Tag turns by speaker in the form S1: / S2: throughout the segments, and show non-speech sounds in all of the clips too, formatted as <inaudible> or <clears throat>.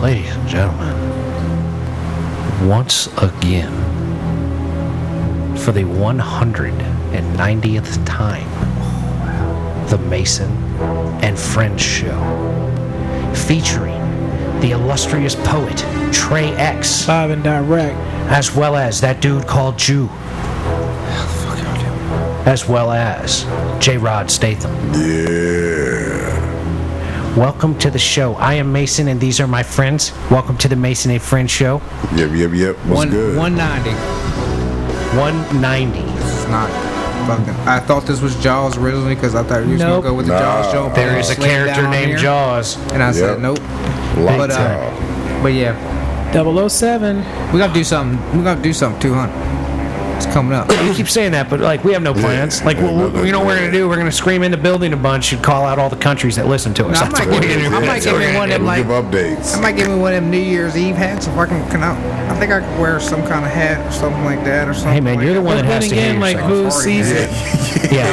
S1: Ladies and gentlemen, once again, for the 190th time, the Mason and Friends Show, featuring the illustrious poet Trey X,
S2: Live and direct.
S1: as well as that dude called Jew, as well as J Rod Statham. Welcome to the show. I am Mason, and these are my friends. Welcome to the Mason and Friends Show.
S3: Yep, yep, yep. What's
S2: One,
S3: good?
S2: 190.
S1: 190.
S4: It's not fucking. I thought this was Jaws originally because I thought you was
S2: Nope.
S4: gonna go with the
S3: Nah.
S4: Jaws joke.
S1: There
S4: and
S1: is a
S4: slid
S1: character
S4: Oh, down
S1: named
S4: here,
S1: Jaws.
S4: And I
S3: Yep.
S4: said nope.
S3: Lights
S4: But, uh,
S3: out.
S4: But yeah,
S2: 007.
S4: we gotta do something. We gotta do something too, huh? It's coming up.
S1: You keep saying that, but like we have no plans. like
S3: yeah,
S1: we'll,
S3: no, no,
S1: we know what we're
S3: yeah.
S1: gonna do. We're gonna scream in the building a bunch and call out all the countries that listen to us.
S4: No, I
S1: That's
S4: might
S1: what we're
S4: give you-
S1: gonna do.
S4: I might give you one of
S3: We'll
S4: like.
S3: give updates.
S4: I might give me one of them New Year's Eve hats if I can. can I, I think I could wear some kind of hat or something like that or something.
S1: Hey man,
S4: like
S1: you're the
S4: that.
S1: one that
S2: But
S1: has
S2: then
S1: to hear
S2: again, like,
S1: yourself.
S2: who sees
S4: Yeah.
S2: it?
S1: Yeah,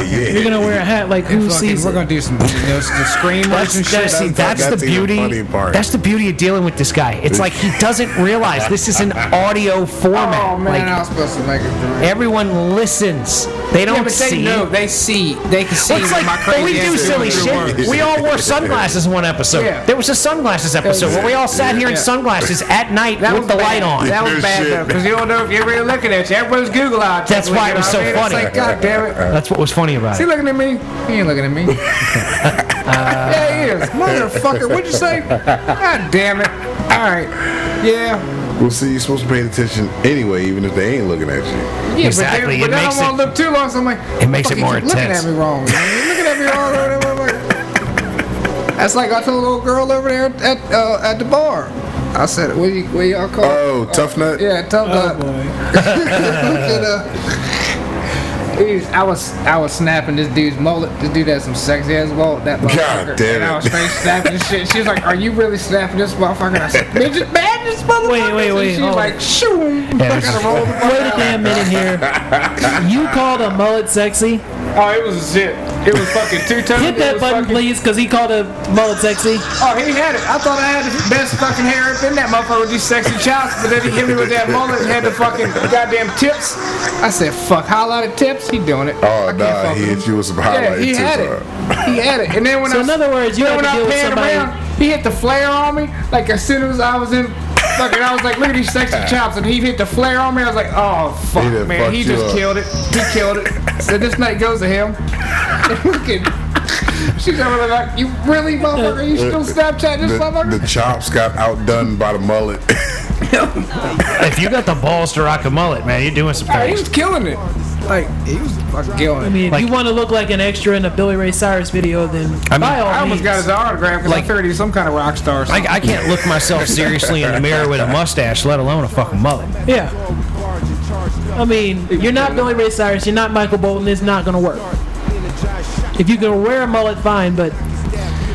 S1: <laughs>
S3: <laughs> Yeah.
S2: You're going to wear a hat like
S4: And
S2: who
S4: fucking-
S2: sees
S4: We're
S2: it?
S4: gonna do some you know, some
S1: That's,
S4: screamers and shit.
S1: that's- see,
S3: That's-
S1: that's,
S3: that's
S1: the
S3: even
S1: beauty.
S3: funny part.
S1: That's the beauty of dealing with this guy. It's like he doesn't realize this is an audio format.
S4: Oh man, I
S1: like
S4: was supposed to make a joke.
S1: everyone listens. They don't
S4: Yeah, but
S1: see.
S4: they know. They see. They can see
S1: Well, it's
S4: what
S1: like
S4: my
S1: but
S4: crazy
S1: we do
S4: ass is
S1: silly
S4: doing to the world.
S1: shit. We all wore sunglasses in one episode.
S4: Yeah.
S1: There was a sunglasses episode where we all sat here in
S4: Yeah.
S1: sunglasses at night
S4: That
S1: with
S4: was
S1: the
S4: bad.
S1: light on.
S4: That was bad
S3: Shit.
S4: though, because you don't know if you're really looking at you. Everyone's Google eyed.
S1: That's why it was so
S4: It's
S1: funny.
S4: like, God damn it.
S1: That's what was funny about
S4: Is he
S1: it.
S4: looking at me? He ain't looking at
S1: <laughs>
S4: me. yeah, he is. Motherfucker, what'd you say? God damn it. All right. Yeah.
S3: Well, see, you're supposed to pay attention anyway, even if they ain't looking at you.
S4: Yeah, but they-
S1: Exactly,
S4: But,
S1: it
S4: I
S1: makes
S4: don't want to look too long, so I'm like,
S1: It makes
S4: "Fuck,
S1: it
S4: you
S1: more
S4: keep looking
S1: intense."
S4: at me wrong. man. You're looking at me wrong. whatever, whatever." That's like I told a little girl over there at uh, at the bar. I said, "What you, what y'all call?"
S3: Oh, tough nut.
S4: Yeah, tough
S2: Oh,
S4: luck.
S2: boy.
S4: And, uh, dude, I was I was snapping this dude's mullet. This dude had some sexy ass mullet. That motherfucker.
S3: damn
S4: And I
S3: it.
S4: was straight snapping this shit. She was like, "Are you really snapping this motherfucker?" And I said, "Bitch, it's bad this motherfucker."
S2: Wait, wait,
S4: And
S2: wait,
S4: She
S2: hold
S4: was like,
S2: on.
S4: "Shoo!" I
S1: this is-
S4: gotta roll the fuck
S2: Wait a
S4: out.
S2: damn minute
S1: <laughs>
S2: here. You called a mullet sexy?
S4: Oh, it was shit. It was fucking two tone.
S2: Hit that button, please, because he called a mullet sexy.
S4: Oh, he had it. I thought I had the best fucking hair up in that motherfucker with these sexy chops, but then he hit me with that mullet and had the fucking goddamn tips. I said, "Fuck, highlight of tips." He doing it. I
S3: Oh,
S4: can't
S3: nah,
S4: fuck
S3: he
S4: with him.
S3: hit you with some
S4: Yeah,
S3: highlights.
S4: he had it. He had it. And then when
S2: So
S4: I
S2: in other words, you
S4: then
S2: had
S4: when
S2: to
S4: I
S2: deal with
S4: panned
S2: somebody-
S4: around, he hit the flare on me. Like as soon as I was in, fucking, I was like, look at these
S2: <laughs>
S4: sexy chops, and he hit the flare on me. I was like, oh fuck,
S3: He done
S4: man, he
S3: fucked you
S4: just
S3: up.
S4: killed it. He killed it. so this night goes to him. <laughs> Fucking. She's over there like, you really, motherfucker? You still Snapchat this
S2: <laughs>
S3: The,
S4: motherfucker?
S3: the chops got outdone by the mullet. <laughs>
S1: If you got the balls to rock a mullet, man, you're doing some
S4: Oh, he
S1: things.
S4: was killing it. Like he was fucking killing it.
S2: I mean, if
S1: Like-
S2: you want to look like an extra in a Billy Ray Cyrus video, then
S1: I mean,
S2: by all
S4: I
S2: means.
S4: almost got his autograph because
S1: Like-
S4: I figured he was some kind of rock star. Or something.
S1: I, I can't look myself seriously in the mirror with a mustache, let alone a fucking mullet.
S2: yeah. I mean, you're not Billy Ray Cyrus. You're not Michael Bolton. It's not going to work. If you can wear a mullet, fine, but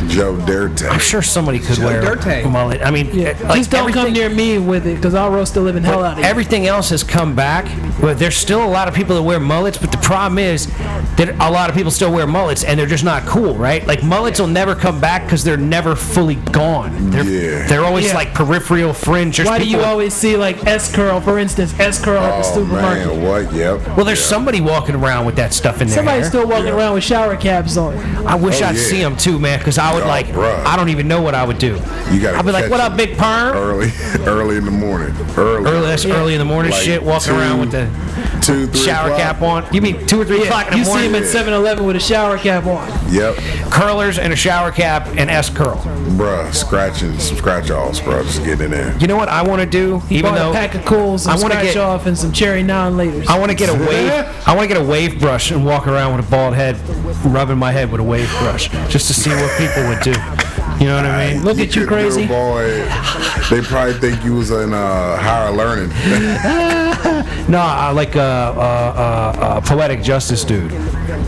S3: Joe Dirtek.
S1: I'm sure somebody could wear
S4: dirty.
S1: a mullet. I mean,
S2: yeah,
S1: like,
S2: just don't come
S1: everything-
S2: near me with it because I'll roast the living hell out of you.
S1: Everything else has come back, but there's still a lot of people that wear mullets. But the problem is that a lot of people still wear mullets, and they're just not cool, right? Like mullets will never come back because they're never fully gone. They're
S3: Yeah.
S1: they're always
S2: Yeah.
S1: like peripheral fringe. There's
S2: Why do you
S1: people-
S2: always see like S curl, for instance, S curl at the
S3: Oh,
S2: supermarket?
S3: man, what? Yep.
S1: Well, there's somebody walking around with that stuff in their
S2: Somebody's
S1: hair.
S2: still walking
S3: Yeah.
S2: around with shower caps on.
S1: I wish
S3: Oh,
S1: I'd
S3: yeah.
S1: see him too, man, because I would
S3: Yeah,
S1: like.
S3: bruh.
S1: I don't even know what I would do.
S3: You gotta
S1: I'd be like,
S3: catch
S1: "What
S3: him."
S1: up, big perm?"
S3: Early, <laughs> early in the morning. Early.
S1: Early, that's early in the morning
S3: Like
S1: shit, walking
S3: two-
S1: around with the
S3: Two, three
S1: shower
S3: o'clock.
S1: cap on. You mean two or three o'clock in the
S2: You see
S1: morning?
S2: him at 7 Eleven with a shower cap on.
S3: Yep.
S1: curlers and a shower cap and S curl.
S3: Bruh, scratching some scratch offs, bro. Just getting in there.
S1: You know what I want to do? Even
S2: Bought
S1: though
S2: a pack of cools, some
S1: I wanna
S2: scratch
S1: get-
S2: off, and some cherry non laters.
S1: I want to get a <laughs> wave, I want to get a wave brush and walk around with a bald head, rubbing my head with a wave brush, just to see what people would do. You know what I mean?
S2: Look at you,
S3: could do it,
S2: crazy.
S3: Boy, they probably think you was in uh, higher learning. <laughs>
S1: No, I like a uh, uh, uh, uh, poetic justice dude.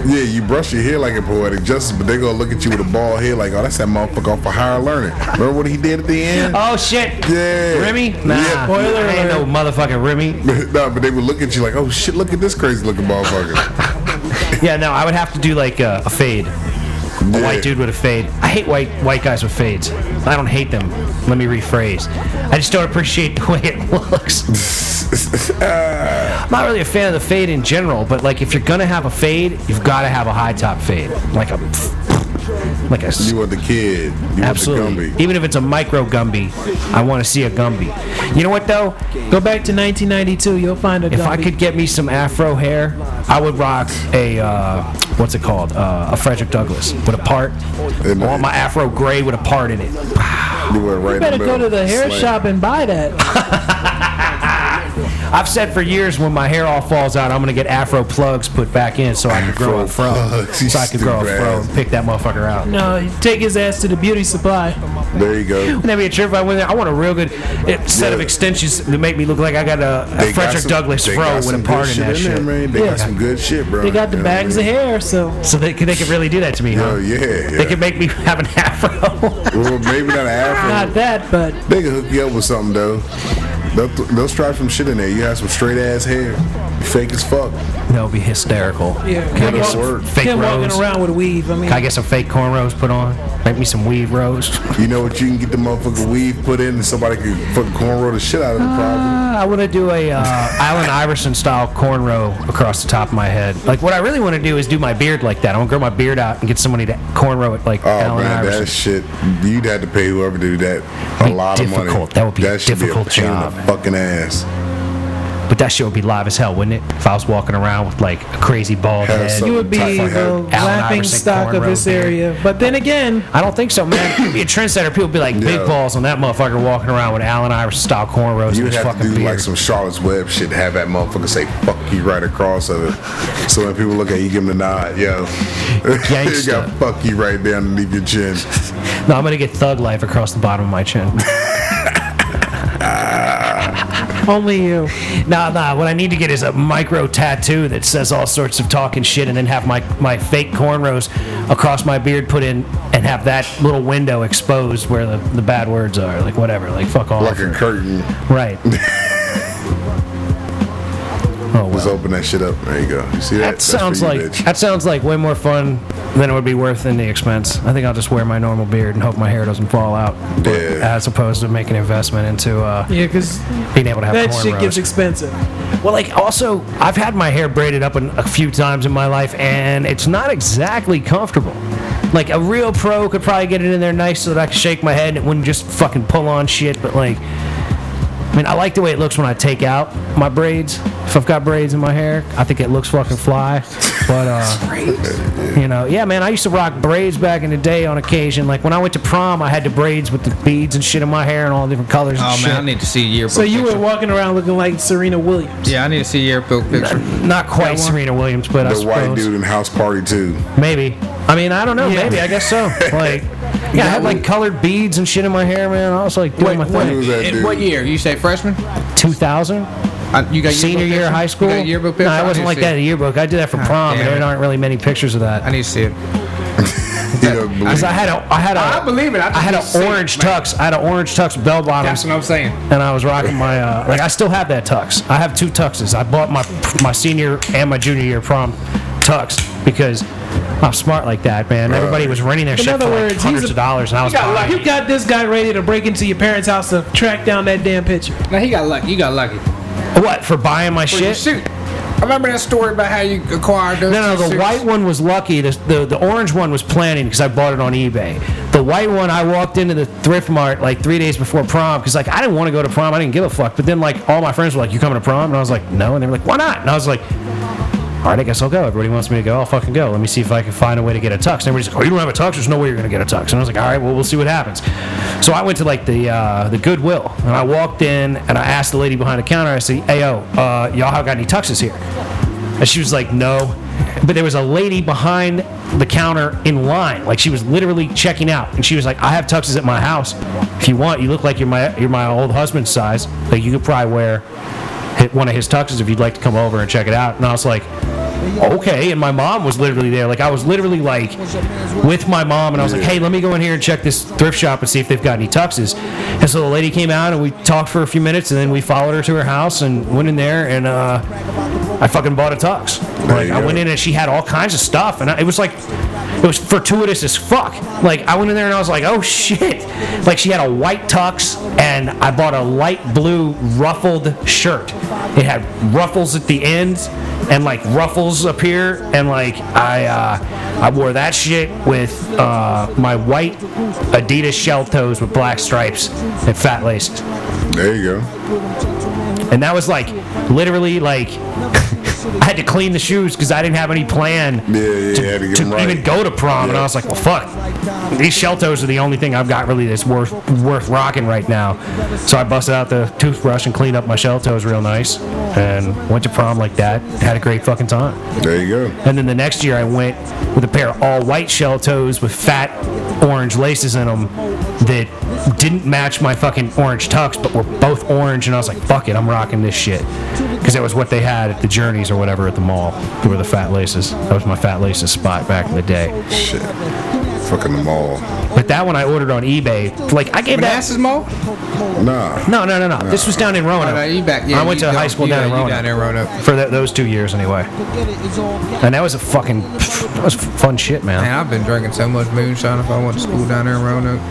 S3: yeah, you brush your hair like a poetic justice, but they gonna look at you with a bald head like, oh, that's that motherfucker off of higher learning. Remember what he did at the end?
S2: Uh,
S3: <laughs>
S1: Oh shit!
S3: Yeah.
S1: Remy? Nah.
S3: Yeah.
S1: Spoiler ain't no motherfucking Remy.
S3: no, but they would look at you like, oh shit, look at this crazy looking motherfucker.
S1: Yeah, no, I would have to do like a, a uh, fade. A
S3: Yeah.
S1: white dude with a fade. I hate white white guys with fades. I don't hate them. Let me rephrase. I just don't appreciate the <laughs> way it looks. I'm not really a fan of the fade in general, but like if you're gonna have a fade, you've got to have a high top fade, like a like a s-
S3: You want the kid. You
S1: Absolutely.
S3: want the Gumby.
S1: Even if it's a micro Gumby, I want to see a Gumby. You know what though?
S2: Go back to 1992, you'll find a
S1: If I could get me some afro hair, I would rock a uh, what's it called? Uh, a Frederick Douglass with a part. I want my afro gray with a part in it.
S3: You want it right in
S2: better go to
S3: middle.
S2: the hair
S3: Slam.
S2: shop and buy that.
S1: I've said for years when my hair all falls out, I'm gonna get afro plugs put back in so I can grow a
S3: Afro
S1: fro.
S3: plugs, you
S1: So I can grow a
S3: stupid
S1: fro
S3: ass.
S1: and pick that motherfucker out.
S2: No, take his ass to the beauty supply.
S3: There you go.
S1: Wouldn't that be a trip if I went there? I want a real good uh, set of
S3: Yeah.
S1: extensions that make me look like I got a, a
S3: They got
S1: Frederick
S3: some-
S1: Douglass
S3: they
S1: fro
S3: got
S1: with
S3: some
S1: a
S3: good
S1: part in that
S3: there,
S1: shit.
S3: man. They got some good shit, bro.
S2: They got the
S3: You know what I
S2: bags of
S3: mean?
S2: hair, so
S1: So they could, they could really do that to me, huh?
S3: Oh, yeah.
S1: They
S3: yeah.
S1: could make me <laughs> have an afro.
S3: Well, maybe not an
S2: not
S3: afro.
S2: that, but
S3: They can hook you up with something, though. They'll, th- they'll strap some shit in there. You have some straight ass hair. You Fake as fuck.
S1: that would be hysterical.
S2: Yeah.
S1: Can I
S3: Would've
S1: get some
S3: worked.
S1: fake
S2: him
S1: rose?
S2: walking around with a weave. I mean,
S1: Can I get some fake cornrows put on? Make me some weave rose.
S3: You know what? You can get the motherfucker weave put in and somebody can fucking cornrow the shit out of the problem.
S1: I want to do a uh, <laughs> Allen Iverson style cornrow across the top of my head. Like what I really want to do is do my beard like that. I want to grow my beard out and get somebody to cornrow it like
S3: Oh,
S1: Allen
S3: man,
S1: Iverson.
S3: that shit. You'd have to pay whoever do that a
S1: Be
S3: lot of money.
S1: difficult. That would be a
S3: should
S1: difficult
S3: pain in the
S1: job.
S3: fucking ass.
S1: but that shit would be live as hell, wouldn't it? If I was walking around with like a crazy bald
S3: Have
S1: head.
S3: some-
S2: you would be
S3: Type of hair.
S2: the
S3: Allen
S2: laughing
S1: Iverson
S2: stock of
S1: cornrow
S2: this
S1: beard.
S2: area. But then again,
S1: I don't think so, man. It'd be a trendsetter. People would be like big
S3: Yeah.
S1: balls on that motherfucker walking around with Allen Iverson style cornrows
S3: You
S1: and
S3: would
S1: his
S3: have to
S1: fucking
S3: do
S1: beard.
S3: like some Charlotte's Web shit, have that motherfucker say fuck you right across of it. So when people look at you, give them a nod, yo. <laughs> you
S1: Gangsta.
S3: got fuck you right down underneath your chin.
S1: No, I'm gonna get thug life across the bottom of my chin.
S2: <laughs> only you.
S1: nah, nah. What I need to get is a micro tattoo that says all sorts of talking shit, and then have my my fake cornrows across my beard put in, and have that little window exposed where the, the bad words are, like whatever, like fuck off,
S3: Like a curtain.
S1: right?
S3: <laughs>
S1: oh
S3: Let's
S1: well.
S3: open that shit up. There you go. You see that?
S1: That
S3: That's for
S1: sounds
S3: you,
S1: like
S3: bitch.
S1: that sounds like way more fun than it would be worth in the expense. I think I'll just wear my normal beard and hope my hair doesn't fall out. But
S3: Yeah.
S1: As opposed to making an investment into uh,
S2: Yeah, because
S1: being able to have
S2: that
S1: cornrows.
S2: shit gets expensive.
S1: Well, like also, I've had my hair braided up an, a few times in my life, and it's not exactly comfortable. Like a real pro could probably get it in there nice so that I could shake my head and it wouldn't just fucking pull on shit. But like, I mean, I like the way it looks when I take out my braids. If I've got braids in my hair, I think it looks fucking fly. But uh, you know, yeah, man, I used to rock braids back in the day on occasion. Like when I went to prom, I had the braids with the beads and shit in my hair and all different colors and
S4: Oh
S1: shit.
S4: man, I need to see a yearbook.
S2: So you were
S4: picture.
S2: walking around looking like Serena Williams.
S4: Yeah, I need to see a
S2: <laughs>
S4: yearbook picture.
S1: Not quite
S4: one?
S1: Serena Williams, but I
S3: The
S1: suppose.
S3: white dude in House Party 2.
S1: Maybe. I mean, I don't know. Maybe I guess
S4: <laughs>
S1: so. Like, yeah, I had like colored beads and shit in my hair, man. I was like doing my
S3: Who
S1: thing.
S3: was that
S4: In
S3: dude?
S4: what year? You say freshman?
S1: Two thousand,
S4: Uh, you got yearbook
S1: senior year
S4: picture?
S1: of high school.
S4: You got yearbook
S1: no,
S4: picture?
S1: I wasn't
S4: need
S1: like
S4: to see
S1: that
S4: it.
S1: in yearbook. I did that for prom, and
S4: damn
S1: there
S4: it.
S1: aren't really many pictures of
S4: I
S1: that.
S4: need to see it.
S3: You know,
S1: Because I had a, I had a,
S5: I believe it. I
S1: I had
S5: just see
S1: an
S5: it,
S1: orange
S5: man.
S1: tux. I had an orange tux bell
S5: That's
S1: bottoms,
S5: what I'm saying.
S1: and I was rocking my uh, like I still have that tux. I have two tuxes. I bought my my senior and my junior year prom tux because I'm smart like that, man. Everybody was renting their shit
S2: other
S1: for like
S2: words, he's
S1: hundreds
S2: a-
S1: of dollars, and I was
S5: got
S1: buying
S5: lucky.
S1: it.
S2: You got this guy ready to break into your parents' house to track down that damn picture.
S5: Now he got lucky. You got lucky.
S1: What for buying my
S5: Well, you
S1: shit?
S5: Shoot. I remember that story about how you acquired those.
S1: No, no,
S5: two
S1: the
S5: suits.
S1: white one was lucky. The, the, the orange one was planning because I bought it on eBay. The white one, I walked into the thrift mart like three days before prom because like I didn't want to go to prom. I didn't give a fuck. But then like all my friends were like, "You coming to prom?" And I was like, "No." And they were like, "Why not?" And I was like. All right, I guess I'll go. Everybody wants me to go. I'll fucking go. Let me see if I can find a way to get a tux. And everybody's like, "Oh, you don't have a tux? There's no way you're gonna get a tux." And I was like, "All right, well, we'll see what happens." So I went to like the uh, the Goodwill, and I walked in, and I asked the lady behind the counter. I said, "Hey, yo, uh, y'all have got any tuxes here?" And she was like, no. But there was a lady behind the counter in line. Like she was literally checking out. And she was like, I have tuxes at my house. If you want, you look like you're my you're my old husband's size. Like you could probably wear hit one of his tuxes if you'd like to come over and check it out. And I was like, okay. And my mom was literally there. Like I was literally like with my mom and I was like, hey, let me go in here and check this thrift shop and see if they've got any tuxes. And so the lady came out and we talked for a few minutes and then we followed her to her house and went in there and uh I fucking bought a tux. Like
S3: you
S1: I
S3: go.
S1: went in and she had all kinds of stuff, and I, it was like It was fortuitous as fuck. Like I went in there and I was like, oh shit. Like she had a white tux and I bought a light blue ruffled shirt. It had ruffles at the ends and like ruffles up here and like I uh, I wore that shit with uh, my white Adidas shell toes with black stripes and fat laces.
S3: There you go.
S1: And that was like literally like <laughs> I had to clean the shoes because I didn't have any plan
S3: Yeah, yeah, yeah, to get
S1: to
S3: them right.
S1: even go to prom. And
S3: Yeah.
S1: I was like, well, fuck. These shell toes are the only thing I've got really that's worth worth rocking right now. So I busted out the toothbrush and cleaned up my shell toes real nice and went to prom like that. Had a great fucking time.
S3: There you go.
S1: And then the next year I went with a pair of all white shell toes with fat orange laces in them that didn't match my fucking orange tux, but were both orange. And I was like, fuck it, I'm rocking this shit. Because that was what they had at the Journeys or whatever at the mall. They were the fat laces. That was my fat laces spot back in the day.
S3: Shit. Fucking them all.
S1: But that one I ordered on eBay. Like, I gave that.
S4: Manassas Mall?
S1: Oh.
S3: Nah.
S1: No, no, no, no. This was down in Roanoke.
S4: Oh, no, you back- yeah,
S1: I went
S4: you
S1: to
S4: go-
S1: high school
S4: you
S1: down
S4: go-
S1: in
S4: you
S1: Roanoke.
S4: down in Roanoke.
S1: For that, those two years, anyway. And that was a fucking. That was fun shit, man.
S4: Man, I've been drinking so much moonshine if I went to school down there in Roanoke.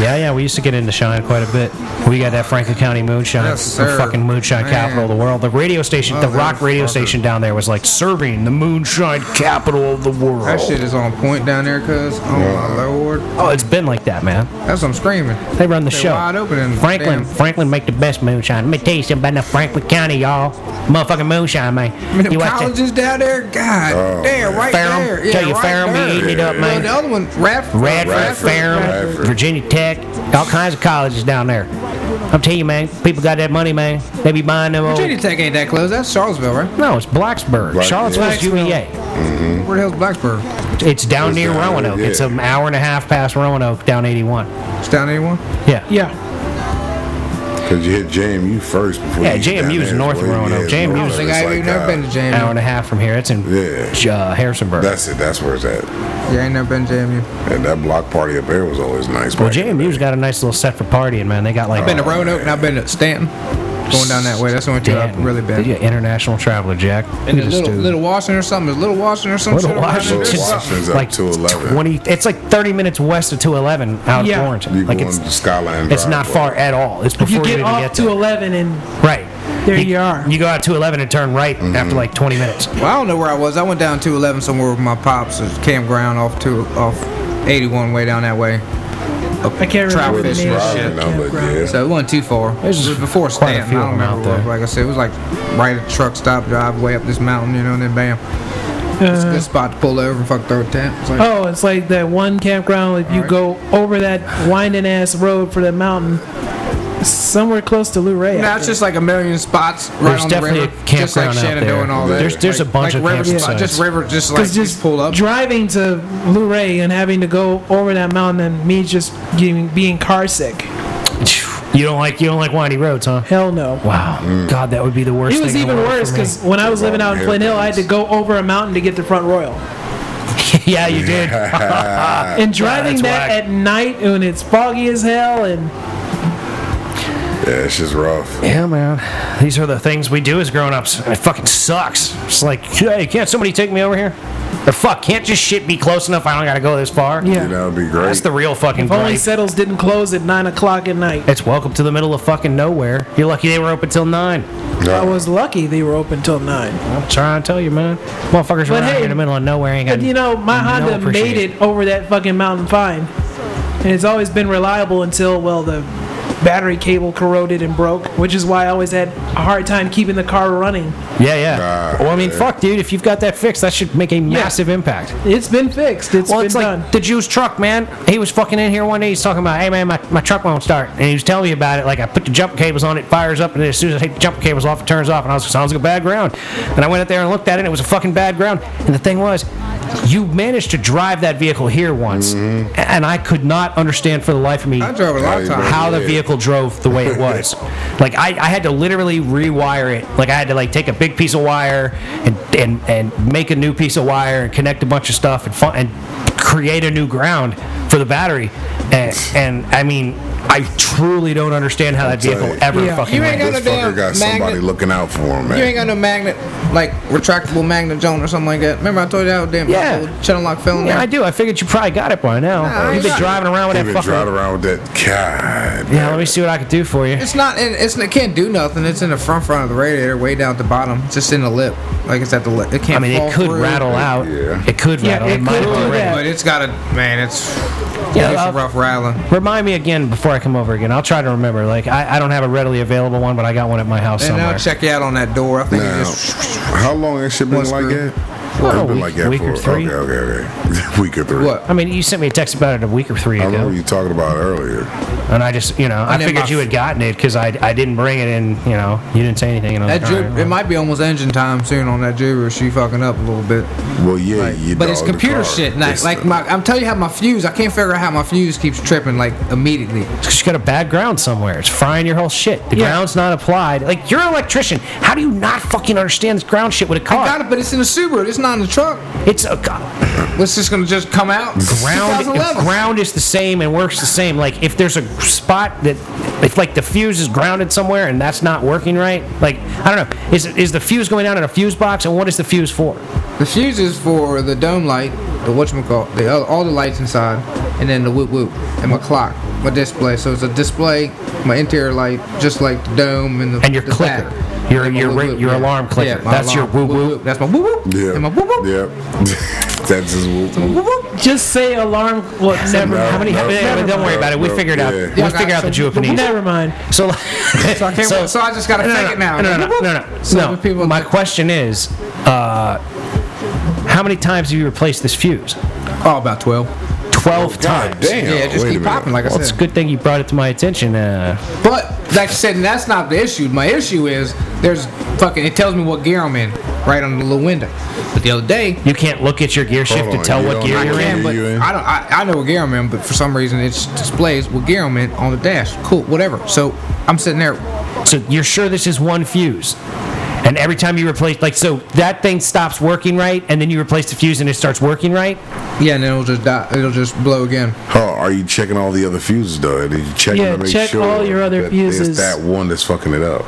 S1: Yeah, yeah, we used to get into Shine quite a bit. We got that Franklin County moonshine,
S4: Yes,
S1: the
S4: sir.
S1: fucking moonshine
S4: Man.
S1: capital of the world. The radio station, the rock radio
S4: Motherfucker.
S1: station down there was like serving the moonshine capital of the world.
S5: Oh.
S4: That shit is on point down there, cuz. Oh, my lord.
S1: oh, it's been like that, man.
S4: That's what I'm screaming.
S1: They run the
S4: They're
S1: show.
S4: wide open and
S1: Franklin,
S4: damn.
S1: Franklin make the best moonshine. Let me tell you something about that Franklin County, y'all. Motherfucking moonshine, man.
S4: I mean, the
S1: you watch that-
S4: colleges down there, God,
S3: Oh,
S4: damn, right
S1: Ferrum.
S4: there. Yeah,
S1: Tell you
S4: right
S1: Ferrum be
S4: there.
S1: eating it up,
S4: Well,
S1: man.
S4: the other one, Radford.
S1: Radford,
S3: Radford,
S1: Ferrum,
S3: Radford.
S1: Virginia Tech, all kinds of colleges down there. I'm telling you, man, people got that money, man. They be buying them old.
S4: Virginia Tech ain't that close. That's Charlottesville, right?
S1: No, it's Blacksburg.
S3: Black-
S1: Charlottesville's
S4: Blacksburg.
S1: UEA.
S4: Where the hell's Blacksburg?
S1: It's down
S3: It's
S1: near
S3: down there,
S1: Roanoke. It's
S3: yeah.
S1: an hour and a half past Roanoke, down 81.
S4: It's down 81?
S1: Yeah.
S2: Yeah.
S3: Because you hit JMU first before
S1: Yeah,
S3: you get down
S1: JMU's
S3: there.
S1: north of
S3: Yeah,
S1: Roanoke.
S3: it's
S1: JMU's
S4: I
S3: north.
S4: don't think
S3: It's
S4: I've
S3: like,
S4: even never
S3: uh,
S4: been to JMU.
S1: Hour and a half from here. It's in
S3: Yeah.
S1: uh, Harrisonburg.
S3: That's it. That's where it's at.
S4: Yeah, I ain't never been to JMU.
S3: And that block party up there was always nice.
S1: well,
S3: back in the
S1: JMU's
S3: day.
S1: got a nice little set for partying, man. They got like.
S4: Been to Roanoke and I've been to Stanton. Going down that way. That's the only two I've
S1: Damn.
S4: really been.
S1: Yeah, international traveler, Jack.
S4: And
S1: Look at
S4: there's
S1: this
S4: little,
S1: dude.
S4: little Washington or something. There's little Washington or
S1: <laughs>
S4: something.
S1: Little Washington's
S3: Little Washington's up
S1: like
S3: to 11.
S1: 20. It's like 30 minutes west of 211 out
S2: Yeah.
S1: of Warrenton.
S3: You
S1: like
S3: going
S1: it's
S3: to Skyline
S1: it's
S3: Drive,
S1: not
S3: boy.
S1: far at all. It's before
S2: You
S1: you,
S2: get
S1: even
S2: off
S1: get
S2: to
S1: there.
S2: 11 and
S1: Right.
S2: There you are.
S1: You go out 211 and turn right
S3: Mm-hmm.
S1: after like 20 minutes. <laughs>
S4: Well, I don't know where I was. I went down 211 somewhere with my pops. It's campground off two off 81 way down that way.
S2: I can't remember the
S4: Troutfish
S2: name. of
S4: Drive
S3: and
S2: the
S3: all that,
S2: campground.
S3: yeah.
S4: So it wasn't too far. It
S1: There's
S4: was before
S1: quite a
S4: Stanton.
S1: few
S4: I
S1: of
S4: don't
S1: 'em out
S4: remember
S1: there.
S4: what. Like I said, it was like right at the truck stop drive way up this mountain, you know, and then bam. it's
S1: Uh.
S4: a good spot to pull over and fuck throw a tent. It's like,
S2: Oh, it's like that one campground. If you go over that winding ass road for that mountain, somewhere close to Luray.
S4: Now it's just like a million spots right
S1: There's
S4: on the
S1: definitely
S4: river.
S1: a
S4: just like
S1: campground out
S4: Shenandoah
S1: there.
S4: and all that.
S1: There's- there's a
S4: Like-
S1: bunch
S4: like
S1: of
S4: river spots,
S1: campsites.
S4: Just river, just like
S2: Because
S4: just,
S2: just
S4: pull up.
S2: driving to Luray and having to go over that mountain and me just getting, being car sick.
S1: You don't like you don't like windy roads, huh?
S2: Hell no.
S1: Wow. God, that would be the worst.
S2: It Mm. was
S1: thing in the
S2: even
S1: world
S2: worse
S1: for
S2: because when I was living out in
S3: Wrong
S2: Flint Hill, I had to
S3: airplanes.
S2: go over a mountain to get to Front
S3: Uh,
S2: Royal.
S1: me. <laughs> yeah, you
S2: <laughs>
S1: did.
S2: And driving
S1: that's
S2: that
S1: whack.
S2: at night when it's foggy as hell and
S3: Yeah, it's just rough.
S1: yeah, man. These are the things we do as grown-ups. and It fucking sucks. It's like, hey, can't somebody take me over here? The fuck? Can't just shit be close enough? I don't gotta go this far.
S2: yeah.
S3: You know, it'd be great.
S1: That's the real fucking
S2: If only
S1: gripe.
S2: settles didn't close at nine o'clock at night.
S1: It's welcome to the middle of fucking nowhere. You're lucky they were open till nine.
S2: I
S3: Nah.
S2: was lucky they were open till nine.
S1: I'm trying to tell you, man. Motherfuckers around
S2: But hey,
S1: here in the middle of nowhere ain't got.
S2: But you know, my
S1: no
S2: Honda made
S1: appreciation.
S2: it over that fucking mountain fine, and it's always been reliable until well the battery cable corroded and broke, which is why I always had a hard time keeping the car running.
S1: Yeah, yeah.
S3: Nah,
S1: well, I mean,
S3: yeah.
S1: fuck, dude. If you've got that fixed, that should make a massive impact.
S2: It's been fixed. it's
S1: well,
S2: been
S1: it's like
S2: done.
S1: the Jew's truck, man. He was fucking in here one day. He's talking about, hey, man, my, my truck won't start. And he was telling me about it. Like, I put the jump cables on, it fires up, and then as soon as I take the jump cables off, it turns off. And I was like, sounds like a bad ground. And I went out there and looked at it, and it was a fucking bad ground. And the thing was, you managed to drive that vehicle here once, and I could not understand for the life of me
S4: Mm-hmm. I drove a lot of
S3: How you
S4: times.
S1: how the
S3: Yeah.
S1: vehicle drove the way
S3: <laughs>
S1: it was. like I, I had to literally rewire it. Like I had to like take a big piece of wire and and, and make a new piece of wire and connect a bunch of stuff and fun, and create a new ground for the battery. And, and I mean, I truly don't understand how that vehicle
S3: sorry.
S1: ever
S2: Yeah.
S1: fucking.
S4: You ain't
S1: went.
S3: This
S4: got no damn
S3: fucker got somebody
S4: magnet.
S3: looking out for him, man.
S4: You ain't got no magnet, like retractable magnet zone or something like that. Remember I told you how damn
S1: Yeah.
S4: old channel lock fell in
S1: yeah, I
S4: there?
S1: do. I figured you probably got it by now.
S4: I
S1: You've been
S4: got it.
S1: driving around with
S3: He
S1: that
S3: been
S1: fucking.
S3: driving around with that. God.
S1: Yeah, let me see what I can do for you.
S4: It's not in. It's it can't do nothing. It's in the front front of the radiator, way down at the bottom. It's just in the lip, like it's at the lip. It can't.
S1: I mean,
S4: fall
S1: it could
S4: through.
S1: rattle out.
S3: Yeah.
S1: It could
S2: Yeah,
S1: rattle.
S2: it
S1: It, might
S2: could do
S1: already.
S2: that.
S4: but it's got a man. It's
S1: Yeah,
S4: yeah, it's
S1: uh,
S4: a rough rattling.
S1: Remind me again before I come over again. I'll try to remember. Like I, I don't have a readily available one, but I got one at my house
S4: And
S1: somewhere.
S4: I'll check you out on that door. I think
S3: Now,
S4: it just
S3: how long has shit been
S4: One
S3: like
S4: screw.
S3: that?
S1: Well,
S3: It's
S1: a
S3: been
S1: week-
S3: like that
S1: week
S3: for
S1: or three.
S3: okay, okay, okay. <laughs> week or three.
S4: what?
S1: I mean, you sent me a text about it a week or three
S3: I remember
S1: ago,
S3: you talking about it earlier.
S1: and I just, you know, I
S4: And then
S1: figured
S4: my-
S1: you had gotten it because I, I didn't bring it in. You know, you didn't say anything. And I was
S4: That
S1: like,
S4: ju-
S1: all right, well.
S4: it might be almost engine time soon on that jubilee. She fucking up a little bit,
S3: Well, yeah, you
S4: but it's
S3: dog, the
S4: computer
S3: car.
S4: shit. Not,
S3: It's
S4: like
S3: the-
S4: my, I'm telling you how my fuse. I can't figure out how my fuse keeps tripping like immediately.
S1: She's got a bad ground somewhere. It's frying your whole shit. The ground's not applied. Like you're an electrician. How do you not fucking understand this ground shit with a car?
S4: Got it, but it's in the Subaru. It's not in the truck.
S1: It's a g-
S4: What's just gonna just come out?
S1: ground. If
S4: 2011.
S1: ground is the same and works the same. Like if there's a spot that, if like the fuse is grounded somewhere and that's not working right, like I don't know, is is the fuse going down in a fuse box and what is the fuse for?
S4: The fuse is for the dome light, the whatchamacallit, the other, all the lights inside, and then the whoop whoop, and my clock, my display. So it's a display, my interior light, just like the dome and the
S1: And your
S4: the
S1: clicker.
S4: back.
S1: Your-
S4: And my
S1: your ring- your alarm clicker.
S4: my
S1: That's your whoop, whoop.
S4: That's my whoop whoop.
S3: Yeah.
S4: And my whoop whoop.
S3: Yeah. <laughs> That's just whoop, whoop.
S2: Just say alarm. Well, never
S3: No,
S1: How
S2: mind.
S1: many?
S3: no,
S1: yeah, but don't
S3: no,
S1: worry about it. We
S3: no,
S1: figured out.
S3: yeah.
S1: We'll figure out the Japanese.
S2: Never mind.
S1: So, <laughs>
S4: So I can't- so I just gotta
S1: no, no,
S4: fake
S1: no,
S4: it now.
S1: No, no, no, no. no,
S4: So
S1: no.
S4: the people-
S1: My question is, uh, how many times have you replaced this fuse?
S4: Oh, about twelve.
S1: Twelve
S3: Oh, God
S1: times.
S3: damn.
S4: Yeah, it just
S3: Wait a
S4: keep
S3: minute.
S4: popping like I
S1: Well, it's a
S4: said.
S1: good thing you brought it to my attention. Uh,
S4: But like I said, that's not the issue. My issue is there's fucking. It tells me what gear I'm in right on the little window. But the other day,
S1: you can't look at your gear shift
S3: Hold
S1: to
S3: on,
S1: tell
S3: you
S1: what
S3: don't
S1: gear
S3: know
S1: you're
S3: what
S1: in.
S4: can,
S3: gear
S4: but
S3: you in?
S4: I don't. I, I know what gear I'm in, but for some reason it displays what gear I'm in on the dash. Cool, whatever. So I'm sitting there.
S1: So you're sure this is one fuse. And every time you replace, like, so that thing stops working right, and then you replace the fuse and it starts working right.
S4: Yeah, and then it'll just die. It'll just blow again.
S3: Huh, are you checking all the other fuses though? Did you check
S2: Yeah,
S3: to make
S2: check
S3: sure
S2: all your other
S3: that
S2: fuses.
S3: It's that one that's fucking it up.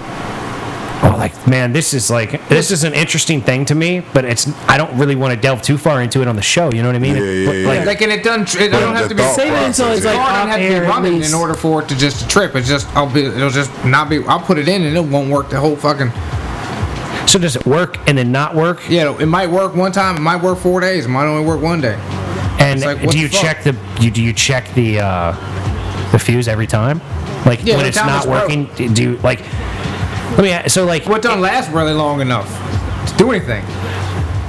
S1: Oh, like man, this is like this is an interesting thing to me, but it's I don't really want to delve too far into it on the show. You know what I mean?
S3: Yeah, yeah,
S1: Like,
S3: yeah, yeah.
S4: Like, and it doesn't. It don't
S3: the
S4: have to be.
S3: thought
S4: Saved.
S2: Save it until it's
S3: process.
S2: like
S4: Car
S2: on
S4: don't have to be
S2: air at
S4: running
S2: least.
S4: in order for it to just trip. It's just I'll be. It'll just not be. I'll put it in and it won't work the whole fucking.
S1: So does it work and then not work?
S4: Yeah, it might work one time. It might work four days. It might only work one day.
S1: And
S4: It's like, what
S1: do
S4: the
S1: you
S4: fuck?
S1: check the you, do you check the uh, the fuse every time? Like
S4: Yeah,
S1: when
S4: every
S1: it's
S4: time
S1: not
S4: it's broke.
S1: working, do do you like? Let me. a- So like,
S4: Well, it doesn't last really long enough to do anything.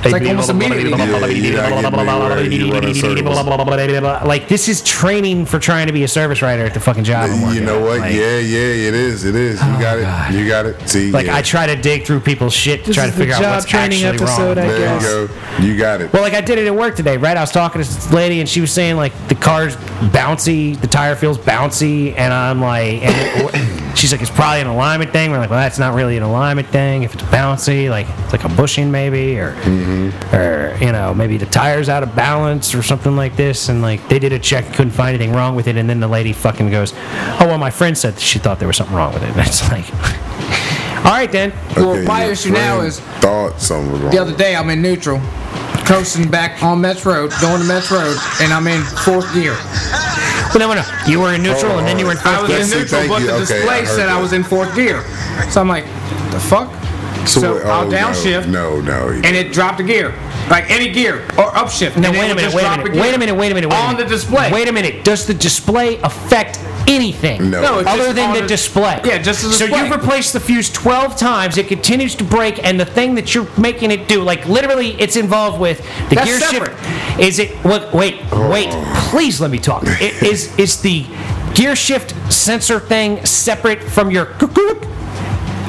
S4: like almost immediately.
S3: Yeah, you gotta get nowhere, you run in circles.
S1: like this is training for trying to be a service writer at the fucking job. I'm
S3: you
S1: working
S3: know
S1: at.
S3: what?
S1: Like,
S3: yeah, yeah, it is. It is. You
S4: Oh,
S3: got it. You got it. See,
S1: Like
S3: yeah.
S1: I try to dig through people's shit to
S2: This
S1: try
S2: is
S1: to
S2: the
S1: figure out
S2: job
S1: what's
S2: training
S1: actually
S2: episode, I
S1: wrong.
S2: guess.
S3: There you go. You got it.
S1: Well, like I did it at work today, right? I was talking to this lady, and she was saying like the car's bouncy, the tire feels bouncy, and I'm like, and <coughs> she's like, it's probably an alignment thing. We're like, well, that's not really an alignment thing. If it's bouncy, like it's like a bushing maybe, or or you know maybe the tire's out of balance or something like this. And like they did a check, couldn't find anything wrong with it, and then the lady fucking goes, oh well, my friend said that she thought there was something wrong with it. And it's like, <laughs> all right then,
S4: well, my
S3: your
S4: issue now
S3: friend
S4: is-
S3: thought something was wrong.
S4: The other day, I'm in neutral, coasting back on Mets Road, going to Mets Road, and I'm in fourth gear.
S1: but no, no, no, you were in neutral, and then you were in
S4: I
S1: fourth
S4: was
S1: gear.
S3: Let's see,
S4: in neutral,
S3: thank
S4: but
S3: you.
S4: the
S3: Okay,
S4: display
S3: I heard
S4: said I
S3: that.
S4: was in fourth gear. So I'm like, the fuck? So,
S3: wait,
S4: I'll
S3: oh,
S4: downshift,
S3: No, no. no he
S4: and
S3: didn't.
S4: it dropped a gear, like any gear or upshift.
S1: Now
S4: and it
S1: wait a
S4: would
S1: minute,
S4: just
S1: wait a
S4: drop
S1: minute,
S4: gear
S1: wait a minute, wait a minute, wait a
S4: on
S1: minute.
S4: the display.
S1: Wait a minute. Does the display affect anything
S3: No.
S4: No, it's
S1: other
S4: just
S1: than
S4: on
S1: the,
S4: the-
S1: display?
S4: Yeah, just the
S1: So
S4: display.
S1: you've replaced the fuse 12 times. It continues to break, and the thing that you're making it do, like literally, it's involved with the
S4: That's
S1: gear
S4: separate.
S1: shift. Is it? What? Wait, wait. Please let me talk. It is. Is the gear shift sensor thing separate from your? cuckoo,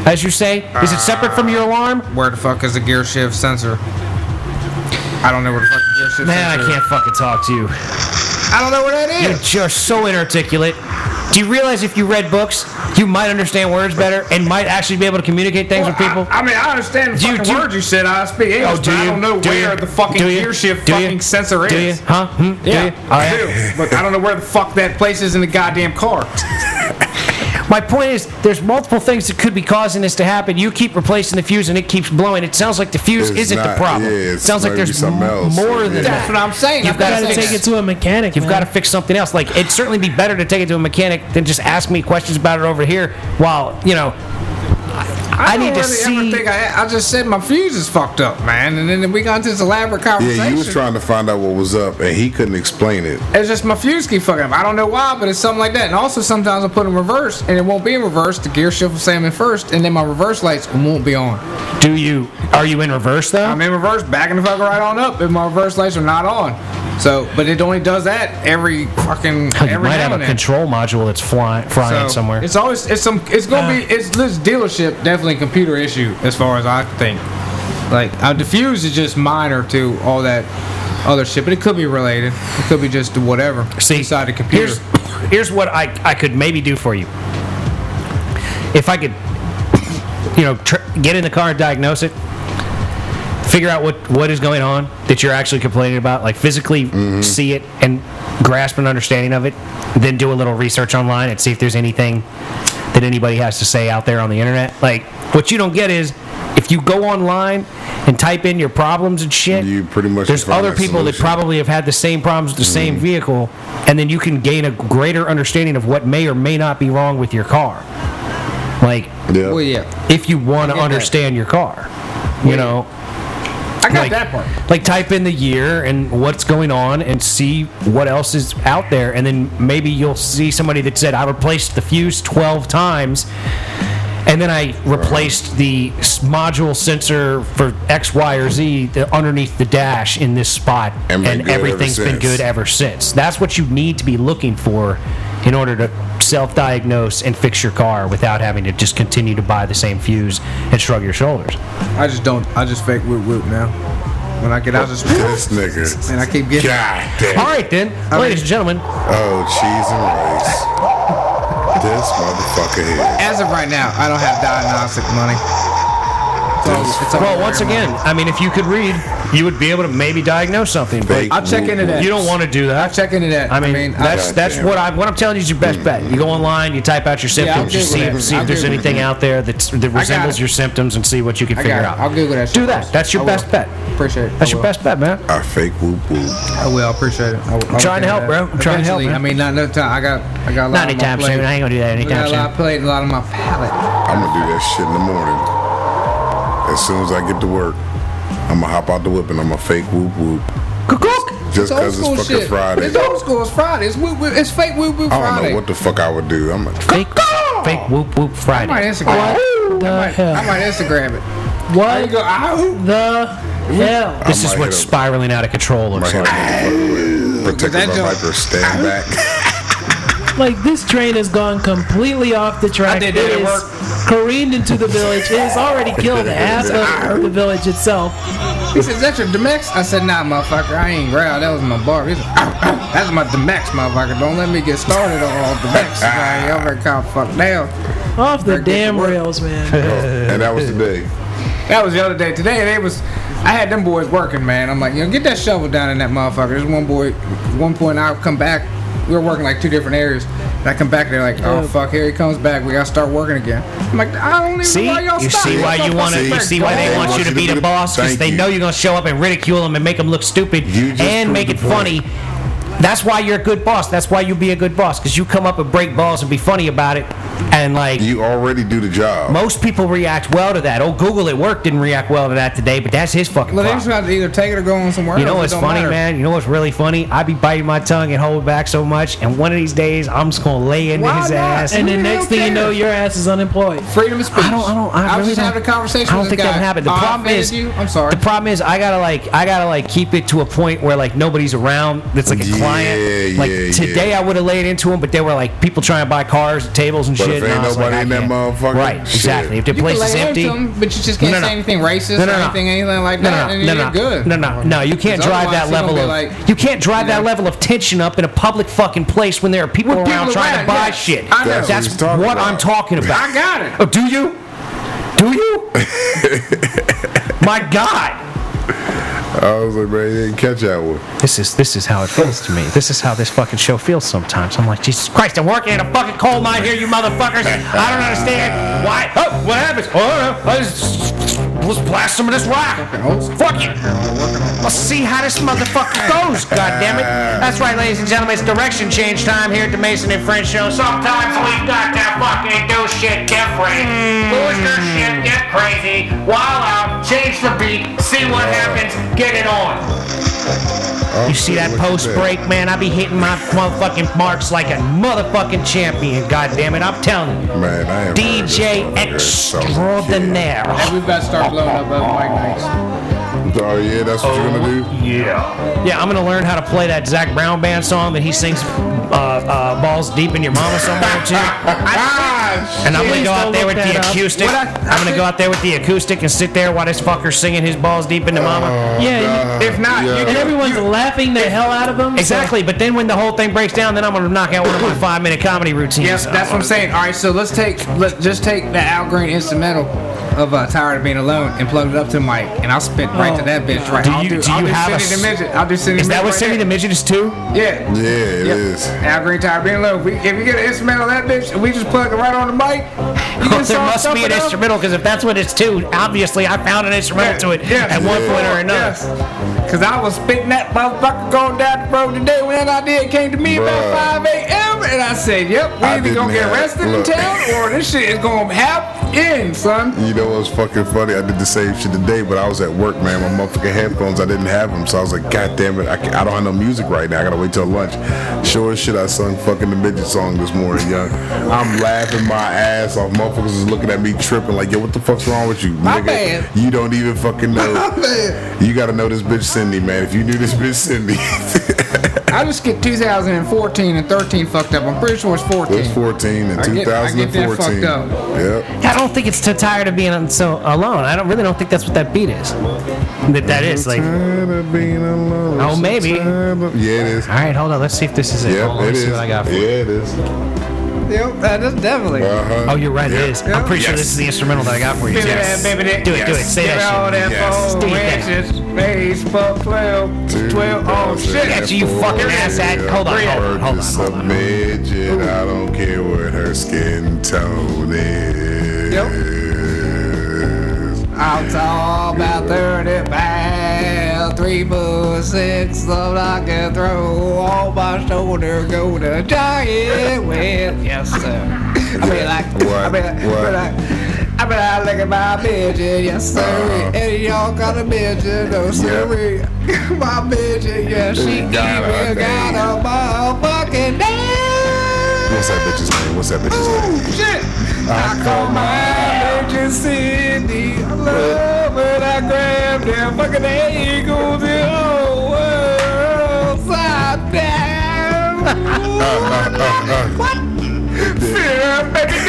S1: As you say, is it separate from your alarm?
S4: Where the fuck is the gear shift sensor? I don't know where the fuck the gear shift
S1: Man, I
S4: sensor.
S1: can't fucking talk to you.
S4: I don't know where that
S1: You're
S4: is.
S1: just so inarticulate. Do you realize if you read books, you might understand words better and might actually be able to communicate things with people?
S4: Well, I, I mean, I understand the
S1: Do you-
S4: fucking
S1: do you-
S4: words you said. I speak English,
S1: Oh,
S4: but I don't know
S1: Do
S4: where
S1: you?
S4: the fucking
S1: Do you?
S4: gear shift
S1: Do you?
S4: fucking sensor
S1: Do
S4: is.
S1: you? Huh? Hmm? Do
S4: Yeah,
S1: you? All
S4: I
S1: right. <laughs>
S4: do. But I don't know where the fuck that place is in the goddamn car.
S1: My point is, there's multiple things that could be causing this to happen. You keep replacing the fuse and it keeps blowing. It sounds like the fuse
S3: It's
S1: isn't
S3: not-
S1: the problem.
S3: yeah, it's
S1: sounds like
S3: maybe
S1: there's
S3: something
S1: m-
S3: else.
S1: more than
S3: Yeah.
S1: that.
S5: That's what I'm saying.
S1: You've
S5: I've
S1: gotta
S2: gotta
S1: fix
S2: take it to a mechanic.
S1: You've
S2: man.
S1: got to fix something else. Like it'd certainly be better to take it to a mechanic than just ask me questions about it over here. While you know, I, I
S4: don't
S1: need to
S4: really ever
S1: see.
S4: think I, I just said my fuse is fucked up, man, and then we got into this elaborate conversation.
S3: Yeah, you was trying to find out what was up, and he couldn't explain it.
S4: It's just my fuse keep fucking up. I don't know why, but it's something like that. And also sometimes I put it in reverse, and it won't be in reverse. The gear shift will say I'm in first, and then my reverse lights won't be on.
S1: Do you? Are you in reverse though?
S4: I'm in reverse, backing the fucker right on up, and my reverse lights are not on. So, but it only does that every fucking
S1: Oh, you
S4: every
S1: might
S4: now
S1: have
S4: and
S1: a
S4: then.
S1: control module that's flying flying
S4: So,
S1: somewhere.
S4: It's always it's some it's gonna be it's this dealership definitely a computer issue as far as I think. Like uh, the fuse is just minor to all that other shit, but it could be related. It could be just to whatever
S1: See,
S4: inside the computer.
S1: Here's, here's what I, I could maybe do for you. If I could, you know, tr- get in the car and diagnose it, figure out what, what is going on that you're actually complaining about, like physically
S3: Mm-hmm.
S1: see it and grasp an understanding of it, then do a little research online and see if there's anything that anybody has to say out there on the internet. Like, what you don't get is if you go online and type in your problems and shit,
S3: You pretty much
S1: there's
S3: find
S1: other
S3: that
S1: people that
S3: solution. Mm-hmm.
S1: probably have had the same problems with the same vehicle, and then you can gain a greater understanding of what may or may not be wrong with your car. Like,
S3: Yeah.
S4: well, yeah.
S1: if you want to
S4: that.
S1: understand your car, you know,
S4: I got
S1: like,
S4: that part.
S1: like type in the year and what's going on and see what else is out there, and then maybe you'll see somebody that said I replaced the fuse 12 times. And then I replaced the s- module sensor for X, Y, or Z the- underneath the dash in this spot, and,
S3: And been good ever
S1: everything's been
S3: since.
S1: good ever since. That's what you need to be looking for in order to self-diagnose and fix your car without having to just continue to buy the same fuse and shrug your shoulders.
S4: I just don't. I just fake whoop whoop now. When I get out, just
S3: This nigga.
S4: <laughs> and I keep getting.
S3: God damn.
S1: All right then, ladies and gentlemen,
S3: Oh, cheese and rice. This motherfucker here.
S4: As of right now, I don't have diagnostic money. It's all- it's all
S1: Well, once
S4: rare
S1: again,
S4: money.
S1: I mean, if you could read, you would be able to maybe diagnose something. But
S3: Fake
S4: I'll check into
S3: woo-woo.
S4: that.
S1: you don't want to do
S4: I
S1: that.
S4: check into that.
S1: I mean, that's
S3: God
S1: that's
S3: damn. Hmm.
S1: what I'm what I'm telling you is your best bet. You go online, you type out your
S4: Yeah, I'll
S1: symptoms, you see
S4: Google
S1: if,
S4: that.
S1: see
S4: I'll
S1: if there's
S4: Google
S1: anything
S4: it.
S1: out there that's, that resembles
S4: it.
S1: your symptoms, and see what you can
S4: I
S1: figure
S4: got it.
S1: out.
S4: I'll Google that. shit
S1: Do that.
S4: first.
S1: That's your
S4: I will.
S1: best bet.
S4: Appreciate it.
S1: That's
S4: I
S1: your
S4: will.
S1: best bet, man.
S3: I fake whoop whoop.
S4: I will. I appreciate it. I will, I will
S1: trying to
S4: do
S1: help,
S4: that.
S1: bro. I'm trying to help,
S4: Eventually,
S1: man.
S4: I mean, not enough time. I got. I got
S1: Not
S4: a lot. on my
S1: anytime
S4: plate.
S1: soon. I ain't gonna do that
S4: I got
S1: anytime
S4: a lot of
S1: soon.
S4: plate, and a lot on my palate.
S3: I'm gonna do that shit in the morning. As soon as I get to work, I'm gonna hop out the whip and I'm gonna fake whoop whoop. Just
S4: old
S3: cause it's
S4: school
S3: fucking
S4: shit.
S3: Friday.
S4: It's old school. It's Friday. It's, woo, woo, it's fake woo woo
S3: I don't
S4: Friday.
S3: know what the fuck I would do. I'm like,
S1: Fake, fake whoop whoop
S4: I might
S1: Friday.
S4: Instagram. it.
S2: the
S4: I might,
S2: hell?
S4: I might Instagram it. There you
S2: What
S4: go. Ow.
S2: the hell?
S1: This is
S3: might
S1: what
S3: hit a-
S1: spiraling out of control
S3: my
S1: looks
S3: head
S1: like.
S3: on the fucking whip.
S4: that
S3: Protected by
S4: joint.
S3: Viper,
S1: <laughs>
S3: stand back.
S2: Like this train has gone completely off the track.
S4: did that at
S2: is
S4: work.
S2: careened into the village. It
S1: <laughs>
S2: has already killed half of the village itself.
S4: He said, "Is that your Demex?" I said, "Nah, motherfucker, I ain't growl. That was my bar." He said, <clears throat> "Ow, ow, "That's my Demex, motherfucker. Don't let me get started on all Demex.
S1: <laughs>
S4: man. Y'all better calm the fuck down."
S2: Off the
S4: Better get
S2: damn
S4: to work.
S1: <laughs>
S2: rails, man.
S3: and that was the day.
S4: That was the other day. Today they was. I had them boys working, man. I'm like, you know, get that shovel down in that motherfucker. There's one boy. One point, I come back. We were working like two different areas. And I come back, they're like, oh fuck, here he comes back. We gotta start working again. I'm like, I don't even
S1: See,
S4: know why y'all
S1: you
S4: stopped.
S1: see why you want to. You see why they want you to be the boss because
S3: Thank
S1: they
S3: you.
S1: know you're gonna show up and ridicule them and make them look stupid
S3: You just
S1: and
S3: proved
S1: make
S3: the
S1: it
S3: point.
S1: funny. That's why you're a good boss. That's why you be a good boss because you come up and break balls and be funny about it. And like
S3: You already do the job.
S1: most people react well to that. Oh, Google at work didn't react well to that today, but that's his fucking
S4: Well, they just
S1: problem.
S4: have to either take it or go on somewhere.
S1: You know
S4: else.
S1: what's
S4: It don't
S1: funny,
S4: matter.
S1: man? You know what's really funny? I be biting my tongue and holding back so much, and one of these days I'm just gonna lay into
S4: Why
S1: his
S4: not?
S1: ass.
S2: And
S4: Who
S2: the
S4: the
S2: next
S4: hell
S2: thing you know,
S4: cares?
S2: your ass is unemployed.
S4: Freedom of speech.
S1: I don't. I don't. I,
S4: I was
S1: really
S4: just
S1: don't,
S4: having a conversation.
S1: I don't
S4: with
S1: think
S4: this
S1: that
S4: guy.
S1: would happen. The
S4: I
S1: problem
S4: offended
S1: is,
S4: you. I'm sorry.
S1: The problem is, I gotta like, I gotta like keep it to a point where like nobody's around. That's like a
S3: Yeah,
S1: client. Like
S3: yeah,
S1: today,
S3: yeah.
S1: I would have laid into him, but there were like people trying to buy cars and tables and
S3: But
S1: shit.
S3: if
S1: and
S3: ain't
S1: I was like,
S3: nobody
S1: I
S3: in that
S1: can't.
S3: motherfucker,
S1: right?
S3: shit.
S1: Exactly. If the
S4: You
S1: place
S4: can
S1: is
S4: lay into
S1: empty.
S4: them, but you just can't
S1: No, no,
S4: say
S1: no.
S4: anything racist
S1: No, no,
S4: or
S1: no.
S4: anything, anything like
S1: No,
S4: that.
S1: no,
S4: and
S1: no,
S4: then
S1: no,
S4: you're good.
S1: no, no, no. You can't
S4: 'Cause
S1: drive that
S4: otherwise you're
S1: level
S4: gonna
S1: of
S4: be like-
S1: you can't drive that
S4: know.
S1: level of tension up in a public fucking place when there are people
S4: When people
S1: around trying to
S4: around,
S1: buy
S4: yeah.
S1: shit.
S4: I know.
S3: what
S4: That's
S1: That's
S3: he's
S1: what
S3: talking about.
S1: I'm talking about.
S4: I got it.
S1: Oh, do you? Do you? My God.
S3: I was like, man, you didn't catch that one.
S1: This is this is how it feels to me. This is how this fucking show feels sometimes. I'm like, Jesus Christ, I'm working in a fucking coal mine here, you motherfuckers. I don't understand why. Oh, what happens? Oh, no, I just let's blast some of this rock. Fuck it. Let's see how this motherfucker goes. God damn it. That's right, ladies and gentlemen. It's direction change time here at the Mason and French Show. Sometimes we gotta fucking do shit different. Lose your shit, get crazy, wild out, change the beat, see what happens, get it on. You see that post break, man? I be hitting my motherfucking marks like a motherfucking champion. God damn it, I'm telling you.
S3: Man, I am
S1: DJ extraordinaire.
S4: We about to start blowing up other mic nights.
S3: Oh yeah, that's what you're gonna do.
S1: Yeah, I'm gonna learn how to play that Zach Brown band song that he sings, uh, uh, "Balls Deep in Your Mama" somewhere
S4: <laughs>
S1: too.
S4: Ah,
S1: And I'm gonna
S2: Please
S1: go out
S2: don't
S1: there
S2: look
S1: with the
S2: that up.
S1: acoustic.
S4: What I- I
S1: I'm gonna
S4: think-
S1: go out there with the acoustic and sit there while this fucker's singing his balls deep into
S4: Oh,
S1: mama.
S2: Yeah, you-
S4: if not, you
S2: and
S4: can-
S2: everyone's laughing the hell out of them.
S1: Exactly, but then when the whole thing breaks down, then I'm gonna knock out one of my five minute comedy routines.
S4: Yes, that's what I'm saying. All right, so let's take let just take the Al Green instrumental of uh, "Tired of Being Alone" and plug it up to Mike, and I'll spit right to that bitch. Right?
S1: Oh. Do
S4: I'll
S1: you- do
S4: I'll
S1: you have a
S4: Cindy
S1: s-
S4: the midget? I'll do Cindy.
S1: Is that
S4: Midget
S1: what
S4: right
S1: Cindy the
S4: there.
S1: Midget is too?
S4: Yeah.
S3: Yeah, it is.
S4: Al Green, "Tired of Being Alone." We, if you get an instrumental of that bitch, and we just plug it right on the mic.
S1: <laughs>
S4: You
S1: Well,
S4: can
S1: there
S4: song
S1: must be
S4: something
S1: an
S4: up.
S1: instrumental because if that's what it's to, obviously I found an instrumental to it at one point or another.
S4: Because I was spitting that motherfucker going down the road today when that idea came to me
S3: Bruh.
S4: about 5 a.m. And I said, yep, we
S3: I
S4: either going
S3: didn't
S4: to get
S3: have-
S4: arrested
S3: look.
S4: in town or this shit is going to happen in, son.
S3: <laughs> You know what's fucking funny? I did the same shit today, but I was at work, man. My motherfucking headphones, I didn't have them, so I was like, God damn it, I, ca- I don't have no music right now. I gotta wait till lunch. Sure as shit, I sung fucking the midget song this morning, young. I'm laughing my ass off. Motherfuckers is looking at me tripping, like, yo, what the fuck's wrong with you,
S4: My
S3: nigga?
S4: bad.
S3: You don't even fucking know.
S4: Man,
S3: You gotta know this bitch Cindy, man. If you knew this bitch Cindy, <laughs>
S4: I just get 2014 and 13 fucked up. I'm pretty sure it's 14.
S3: it's 14 and
S4: I get- I get that
S3: 2014.
S4: fucked up.
S3: Yep.
S1: I don't think it's too tired of being so alone. I don't really don't think that's what that beat is. That that is like.
S4: Mm-hmm.
S1: All
S3: Tired of being alone,
S1: Oh,
S3: so
S1: maybe.
S3: tired of- Yeah, it is.
S1: right, hold on. Let's see if this is it.
S3: Yep,
S1: hold on,
S3: it
S1: let's see
S3: is.
S1: what I got for
S3: yeah,
S1: you.
S3: it is.
S4: Yep, that is definitely.
S3: Uh-huh.
S1: Oh, you're right.
S3: Yep.
S1: It is. I'm pretty sure
S3: Yes.
S1: this is the instrumental that I got for you.
S4: Baby,
S3: Yes.
S4: that, baby, that.
S1: Do it. Do it.
S3: Yes.
S1: Say
S4: Get all
S1: that shit.
S4: that
S3: Yes.
S4: phone
S1: Yes.
S4: inches. Facebook 12. 12. Oh,
S3: uh,
S4: shit.
S1: Yes. you fucking ass at- hold on, hold on, hold on,
S3: Purchase
S1: hold on,
S3: a midget. I don't care what her skin tone is.
S4: Yep. I'll talk about 30 pounds, three foot six, so I can throw all my shoulder, go to giant with. Yes, sir. I mean, like, I
S3: What?
S4: mean,
S3: What?
S4: like, I mean, like, I mean, I look at my midget, yes sir,
S3: Uh-huh.
S4: and y'all got a midget, no sir. <laughs> My midget, yeah, she even
S3: Got a
S4: got
S3: name.
S4: a motherfucking name.
S3: What's that bitch's name? What's that
S4: Oh
S3: bitch's name? Uh-huh.
S4: shit! I call my major Cindy. I love when I grab them fucking eagles. The whole world's
S3: <laughs> Uh-huh.
S4: down. What? Fear, baby.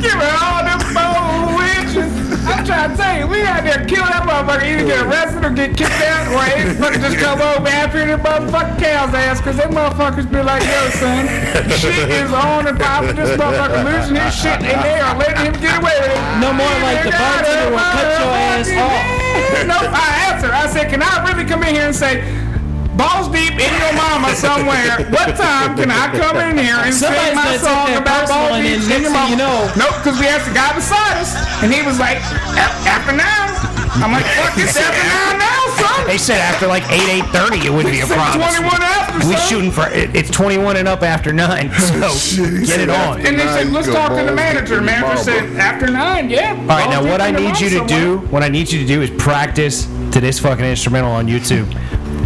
S4: Give me all them four inches. I'm trying to tell you, we out there kill that motherfucker. Either get arrested or get kicked out, or ain't fucking just come over after the motherfucking cow's ass, cause them motherfuckers be like, yo, son, shit is on and popping. This motherfucker losing his shit, and they are letting him get away with it.
S2: No more like the bartender will cut your ass off.
S4: No, I asked her. I said, can I really come in here and say, balls deep in your mama somewhere? What time can I come in here and sing
S2: Somebody's
S4: my
S2: gonna take
S4: song
S2: that
S4: about
S2: personal
S4: balls
S2: and then
S4: deep in
S2: next
S4: your
S2: thing
S4: mama?
S2: you know-
S4: Nope, because we asked the guy beside us, and he was like, "Af- after nine. I'm like,
S1: <laughs>
S4: fuck, it's after nine now, son.
S1: They said after like 8, 8.30 it would be a
S4: It's
S1: problem.
S4: 21 after,
S1: We
S4: son.
S1: shooting for, it- it's 21 and up after 9, <laughs> so
S3: Shit, he
S1: get it
S3: said
S1: on.
S3: after
S4: And they said,
S3: nine,
S4: let's
S3: go
S4: talk to the
S3: balls deep
S4: manager.
S3: in your
S4: Manager said,
S3: mama.
S4: after nine, yeah.
S1: All right, now what I need you to do, what I need you to do is practice to this fucking instrumental on YouTube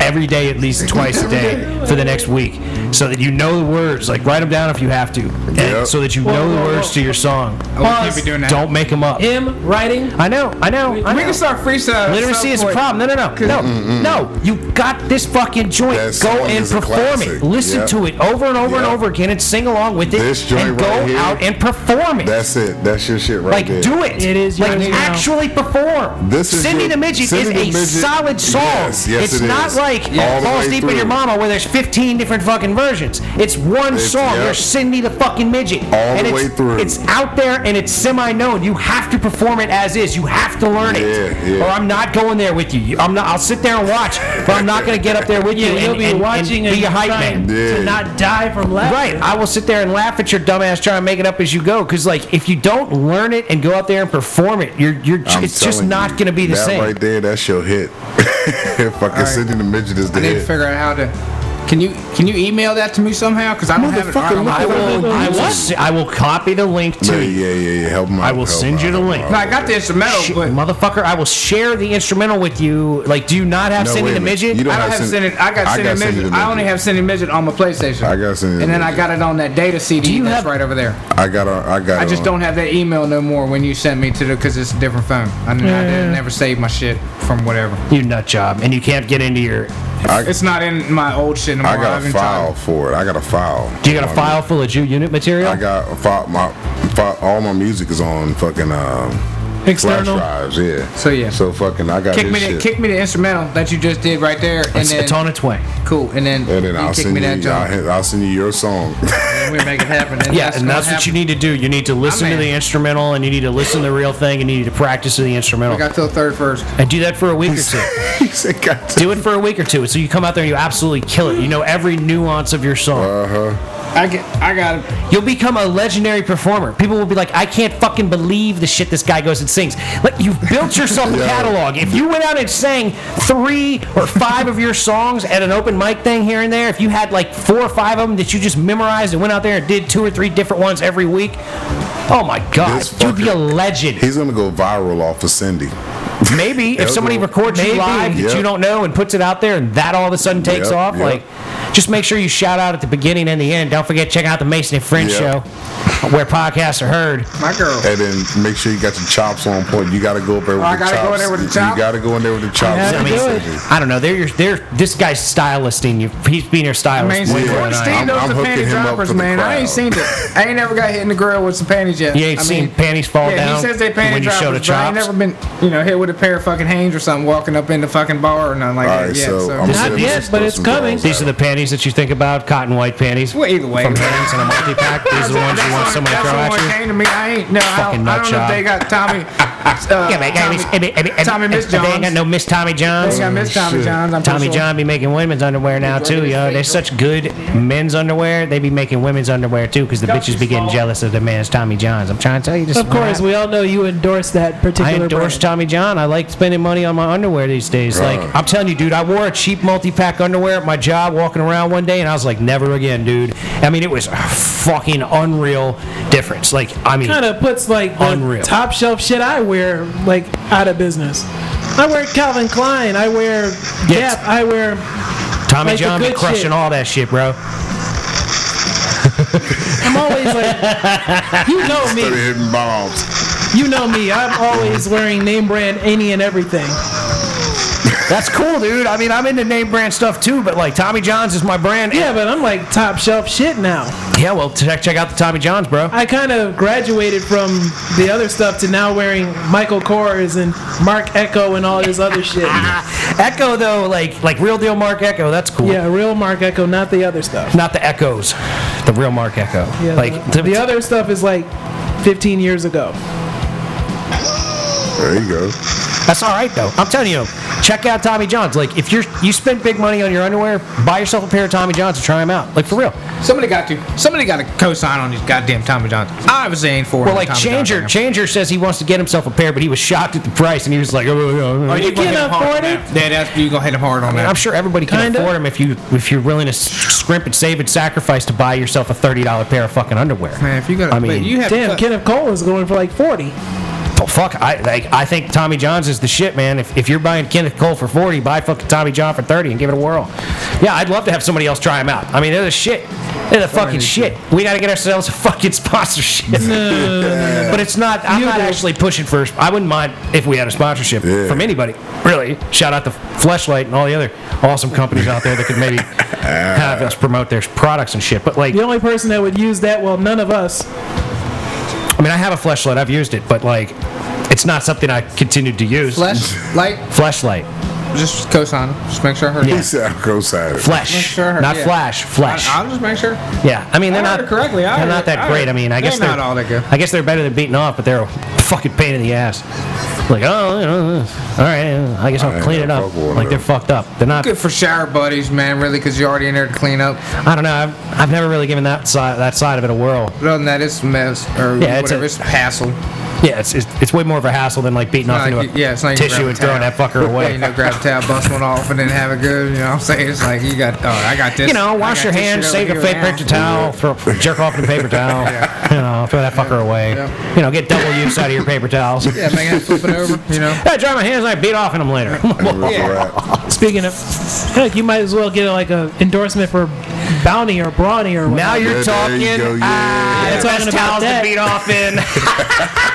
S1: every day, at
S3: <laughs>
S1: least twice a day for the next week, so that you know the words. Like write them down if you have to, and
S3: Yep.
S1: so that you know the
S2: whoa,
S1: words to your song.
S4: can't be doing that.
S1: Don't make them up.
S2: Him writing.
S1: I know, I know, I
S4: We
S1: know.
S4: can start freestyle.
S1: Literacy is a problem. No, no, no, no, no. You got this fucking joint.
S3: That
S1: go
S3: song
S1: and
S3: is a
S1: perform
S3: classic.
S1: it. Listen
S3: Yep.
S1: to it over and over and
S3: Yep.
S1: over again, and sing along with it,
S3: This joint
S1: and go
S3: right here,
S1: out and perform it.
S3: That's it. That's your shit right
S1: Like,
S3: there.
S1: do it.
S2: It is
S1: like
S2: yours now.
S1: actually perform.
S3: This is
S1: Cindy
S3: your-
S1: the Midget
S3: Cindy
S1: is
S3: the
S1: a
S3: Midget-
S1: solid song.
S3: Yes, yes,
S1: it's
S3: it
S1: not
S3: is.
S1: like
S3: All the
S1: Balls
S3: way
S1: Deep in
S3: through.
S1: Your Mama, where there's 15 different fucking fucking versions. It's one
S3: It's-
S1: song.
S3: yep.
S1: There's Cindy the fucking midget. All and
S3: the
S1: it's,
S3: way through.
S1: It's out there and it's semi-known. You have to perform it as is. You have to learn it.
S3: Yeah, yeah.
S1: Or I'm not going there with you. You- I'm not. I'll sit there and watch, but I'm not going to get up there with
S2: Yeah,
S1: you and,
S2: you'll be
S1: and- and
S2: watching and,
S1: be a hype
S2: trying
S1: man.
S3: Yeah.
S2: to not die from laughter.
S1: Right. I will sit there and laugh at your dumbass trying to make it up as you go. Because like, if you don't learn it and go out there and perform it, you're you're.
S3: I'm
S1: it's just
S3: telling you,
S1: not going to be the
S3: that
S1: same.
S3: right there, that's your hit. <laughs> Fucking Cindy the Midget is the
S4: I need to
S3: hit.
S4: figure out how to. Can you can you email that to me somehow? Because I don't have it.
S3: Motherfucker,
S4: I'm-
S1: I will. I will.
S2: What?
S1: s- I will copy the link
S3: Yeah,
S1: to you.
S3: yeah, yeah, yeah. Help me.
S1: I will send you the link.
S4: No, I got the instrumental,
S1: Shit,
S4: but
S1: motherfucker, I will share the instrumental with you. Like, do you not have Cindy the Midget?
S3: You don't
S4: I don't have
S3: have
S4: Cindy. I got Cindy
S3: Cindy
S4: Midget.
S3: the
S4: I only have Cindy Midget on my PlayStation.
S3: I got Cindy the
S4: And then I
S3: Midget.
S4: got it on that data CD
S1: you
S4: that's
S1: have-
S4: right over there.
S3: I got. A, I got.
S4: I just
S3: a-
S4: don't have that email no more when you sent me to the because it's a different phone. I, knew, I didn't, never saved my shit from whatever.
S1: you nut job, and you can't get into your.
S3: I,
S4: It's not in my old shit no more.
S3: I got a
S4: haven't
S3: file
S4: tried.
S3: for it. I got a file.
S1: Do you got a file full of Jew unit material?
S3: I got a file. My file, all my music is on fucking um, flash
S2: External.
S3: drives. Yeah.
S4: So, yeah.
S3: So fucking. I got
S4: Kick
S3: this
S4: me, the,
S3: shit.
S4: kick me the instrumental that you just did right there, and
S1: it's,
S4: then
S1: it's on its way.
S4: cool, and then,
S3: and then
S4: you
S3: I'll
S4: kick
S3: send
S4: me
S3: you.
S4: that junk,
S3: I'll, I'll send you your
S4: <laughs>
S3: song.
S4: and we make it happen.
S1: <laughs> Yeah, and that's what you need to do. You need to listen to
S4: in.
S1: the instrumental, and you need to listen to the real thing, and you need to practice the
S4: I
S1: instrumental,
S4: got till third first.
S1: and do that for a week or two.
S3: he said, "God."
S1: Do it for a week or two, so you come out there and you absolutely kill it. You know every nuance of your song.
S3: Uh huh.
S4: I get, I got it.
S1: You'll become a legendary performer. People will be like, I can't fucking believe the shit this guy goes and sings. Like, you've built yourself a
S3: <laughs> Yeah.
S1: catalog. If you went out and sang three or five of your songs at an open mic thing here and there, if you had like four or five of them that you just memorized and went out there and did two or three different ones every week, oh my God,
S3: This
S1: you'd be a
S3: fucker-
S1: legend.
S3: He's gonna go viral off of Cindy.
S1: Maybe if
S3: He'll
S1: somebody
S3: go-
S1: records you
S2: Maybe.
S1: live that
S3: Yep.
S1: you don't know and puts it out there and that all of a sudden takes
S3: Yep,
S1: off,
S3: yep.
S1: like, just make sure you shout out at the beginning and the end. Don't forget to check out the Mason and Friend
S3: Yep.
S1: show where podcasts are heard.
S4: My girl.
S3: And then make sure you got your chops on point. You gotta go up there with
S4: Oh, I
S3: the chops.
S4: gotta go in there with the chop?
S3: You gotta go in there with the chops.
S1: I
S2: Yeah,
S1: mean,
S2: do it.
S1: I don't know. They're your, they're this guy's stylisting you. He's being your
S4: I ain't
S1: stylist.
S4: seen
S1: way
S3: Yeah,
S1: more than I am.
S4: Steve,
S3: I'm-
S4: those
S3: I'm
S4: are
S3: hooking
S4: panty
S3: him up
S4: droppers,
S3: to the
S4: man. I ain't
S3: crowd.
S4: seen it. I ain't never got hit in the grill with some panties yet.
S1: You ain't
S4: I
S1: seen panties fall
S4: yeah,
S1: down
S4: He says they panty
S1: when you
S4: droppers,
S1: show the
S4: but I ain't
S1: chops?
S4: never been, you know, hit with a pair of fucking Hanes or something walking up in the fucking bar or nothing like
S3: All
S4: that.
S3: right,
S4: Yeah,
S3: so,
S4: so,
S3: I'm
S1: Not
S3: sending
S2: yet,
S3: some-
S2: but it's
S3: some
S2: coming.
S3: girls
S1: These are the panties that you think about, cotton white panties.
S4: Well, either way,
S1: From
S4: man.
S1: Hanes and a multi pack.
S4: <laughs>
S1: These are the ones you want someone to
S4: that's
S1: throw
S4: the one that
S1: at you.
S4: came to me. I ain't no. I
S1: Fucking
S4: don't, I
S1: nut
S4: don't know
S1: job.
S4: if they got Tommy. Uh,
S1: Yeah, man,
S4: Tommy,
S1: I mean, I mean, I mean,
S4: Tommy Miss
S1: They ain't got
S4: Johns.
S1: no Miss Tommy
S4: They
S1: Johns.
S4: got Miss Tommy
S3: shit.
S4: Johns. I'm
S1: Tommy
S4: pretty sure.
S1: John be making women's underwear now too, yo. They're such good men's underwear. They be making women's underwear too, because the bitches be getting jealous of the man's Tommy Johns. I'm trying to tell you this. is
S2: Of
S1: what
S2: course, we all know you endorse that
S1: I
S2: particular.
S1: endorse
S2: brand.
S1: Tommy John. I like spending money on my underwear these days. Like
S3: Right.
S1: I'm telling you, dude, I wore a cheap multi-pack underwear at my job walking around one day, and I was like, never again, dude. I mean, it was a fucking unreal difference. Like I mean,
S2: Kind of puts like the
S1: Unreal.
S2: top shelf shit I wear like out of business. I wear Calvin Klein. I wear
S1: Yes.
S2: Gap. I wear
S1: Tommy
S2: like the
S1: John be
S2: good
S1: crushing
S2: shit.
S1: all that shit, bro.
S2: I'm always
S1: <laughs>
S2: like, you know
S3: Started
S2: me,
S3: hitting bombs.
S2: you know me. I'm always wearing name brand any and everything.
S1: That's cool, dude. I mean, I'm into name brand stuff too, but like Tommy John's is my brand.
S2: Yeah, but I'm like top shelf shit now.
S1: yeah. Well, check check out the Tommy Johns, bro.
S2: I kind of graduated from the other stuff to now wearing Michael Kors and Mark Echo and all this
S1: <laughs>
S2: other shit.
S1: Ah, Echo though, like like real deal Mark Echo, that's cool.
S2: Yeah, real Mark Echo, not the other stuff.
S1: Not the Echoes, the real Mark Echo.
S2: Yeah,
S1: like
S2: the, the other stuff is like 15 years ago.
S3: There you
S4: <laughs>
S3: go.
S1: That's all right though. I'm telling you, check out Tommy John's. Like if you're you spend big money on your underwear, buy yourself a pair of Tommy John's and try them out. Like for real.
S4: Somebody got to. Somebody got to co-sign on these goddamn Tommy Johns. I was saying for
S1: Well, like Changer, Changer says he wants to get himself a pair, but he was shocked at the price and he was like, oh, oh, oh, oh.
S4: you
S2: can't afford it?
S4: Yeah, that's you gonna hit him hard on
S1: I'm
S4: that.
S1: sure everybody can
S2: Kinda.
S1: afford them if you if you're willing to s- scrimp and save and sacrifice to buy yourself a thirty dollar pair of fucking underwear.
S4: Man, if you got,
S1: I mean,
S4: you
S2: <laughs>
S4: have
S2: Damn, Kenneth Cole is going for like 40.
S1: Oh, fuck, I like I think Tommy John's is the shit, man. If, if you're buying Kenneth Cole for forty, buy fucking Tommy John for thirty and give it a whirl. Yeah, I'd love to have somebody else try them out. I mean, they're the shit. They're the fucking shit. We got to get ourselves a fucking <laughs> sponsorship. But it's not. I'm
S2: You
S1: not
S2: do.
S1: actually pushing for. I wouldn't mind if we had a sponsorship
S3: Yeah.
S1: from anybody. Really, shout out to Fleshlight and all the other awesome companies out there that could maybe have us promote their products and shit. But like,
S2: The only person that would use that, well, none of us.
S1: I mean, I have a Fleshlight. I've used it, but like, it's not something I continued to use.
S4: flesh, like
S1: Fleshlight.
S4: Just cosign. Just make sure I heard.
S3: He
S4: Yeah.
S3: said I co-signed. it.
S1: Flesh,
S4: Sure,
S1: not
S4: yeah.
S1: flash, flesh.
S4: I, will just make sure.
S1: yeah, I mean they're
S4: I
S1: not
S4: heard it correctly. I
S1: they're
S4: heard
S1: not
S4: it.
S1: that
S4: I heard
S1: great.
S4: it.
S1: I mean, I
S4: They're
S1: guess they're
S4: not all that good.
S1: I guess they're better than beating off, but they're a fucking pain in the ass. Like oh, yeah, all right, yeah, I guess
S3: I
S1: I'll
S3: ain't
S1: clean
S3: got
S1: it
S3: a
S1: up.
S3: fuck one,
S1: Like they're
S3: though.
S1: fucked up. They're not.
S4: Good for shower buddies, man. Really, because you're already in there to clean up.
S1: I don't know. I've, I've never really given that side that side of it a whirl.
S4: But other than that, it's mess or
S1: Yeah, it's
S4: whatever.
S1: a-
S4: It's, hassle.
S1: Yeah, it's, it's it's way more of a hassle than like beating off
S4: Not
S1: into
S4: like
S1: a
S4: you- yeah, it's not you grab
S1: tissue
S4: a
S1: and throwing
S4: towel.
S1: that fucker
S4: <laughs> Yeah,
S1: away.
S4: you know, grab a towel, bust one off, and then have a good. You know, what I'm saying it's like you got. Oh, I got this.
S1: you know,
S4: I
S1: wash
S4: got
S1: your
S4: this
S1: hands,
S4: shit
S1: save
S4: over
S1: your
S4: here
S1: fa- paper towel, throw, jerk off in a
S4: <laughs>
S1: paper towel. You know, throw that fucker away.
S4: Yeah.
S1: You know, get double use out of your paper towels.
S4: now. Yeah, make it flip it over. You know.
S1: I dry my hands and I beat off in them later.
S3: It was a wrap.
S2: Speaking of, heck, you might as well get like a endorsement for Bounty or Brawny
S1: <laughs>
S2: or
S1: now
S2: whatever.
S1: you're
S3: Yeah, there
S1: talking.
S3: you go, yeah.
S1: ah,
S2: Yeah.
S1: the
S2: Talking
S1: best
S2: about
S1: towels
S2: that.
S1: to beat off <laughs> in.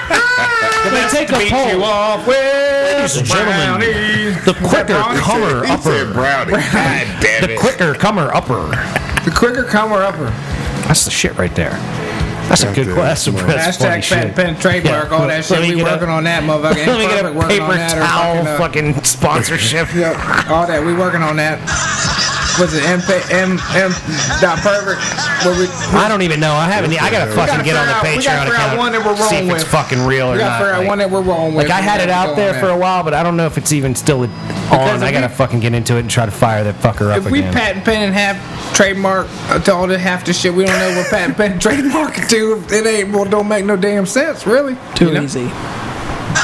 S2: Now take a
S1: beat you
S2: poll.
S1: off with. Ladies and gentlemen,
S4: Brownies.
S1: the quicker comer
S3: He said
S1: upper. <laughs>
S3: brownie. God damn
S1: The
S3: it.
S1: quicker comer upper.
S4: The quicker comer upper.
S1: That's the shit right there. That's a
S3: That's
S1: good
S3: it.
S1: question. That's some that's funny
S4: Hashtag
S1: shit.
S4: patent pen trademark,
S1: Yeah. <laughs>
S4: all that
S1: Let
S4: shit.
S1: me
S4: We
S1: get a-
S4: working on that,
S1: <laughs>
S4: motherfucker.
S1: Let me get
S4: Imperfect
S1: a
S4: working on
S1: paper
S4: that or
S1: towel
S4: uh,
S1: fucking, sponsorship.
S4: Yep, all that. We working on that. Was it M M M dot perfect? Where we
S1: I don't even know. I haven't. e-, I gotta
S3: We
S1: fucking
S4: gotta
S1: get on the
S4: figure out- we gotta
S1: Patreon
S4: figure out
S1: account.
S4: one that we're
S1: see if
S4: rolling
S1: it's
S4: with.
S1: fucking real or
S4: we
S1: not.
S4: got figure out
S1: like-
S4: one that we're rolling with.
S1: Like I had it out there for a while, but I don't know if it's even still on. I
S4: if
S1: gotta
S4: we-
S1: fucking get into it and try to fire that fucker up
S4: If we
S1: again.
S4: patent pen and have trademark uh, to all the half the shit, we don't know what patent pen <laughs> trademark it to. It ain't well, don't make no damn sense, really.
S2: Too
S4: You know?
S2: easy.
S1: <laughs>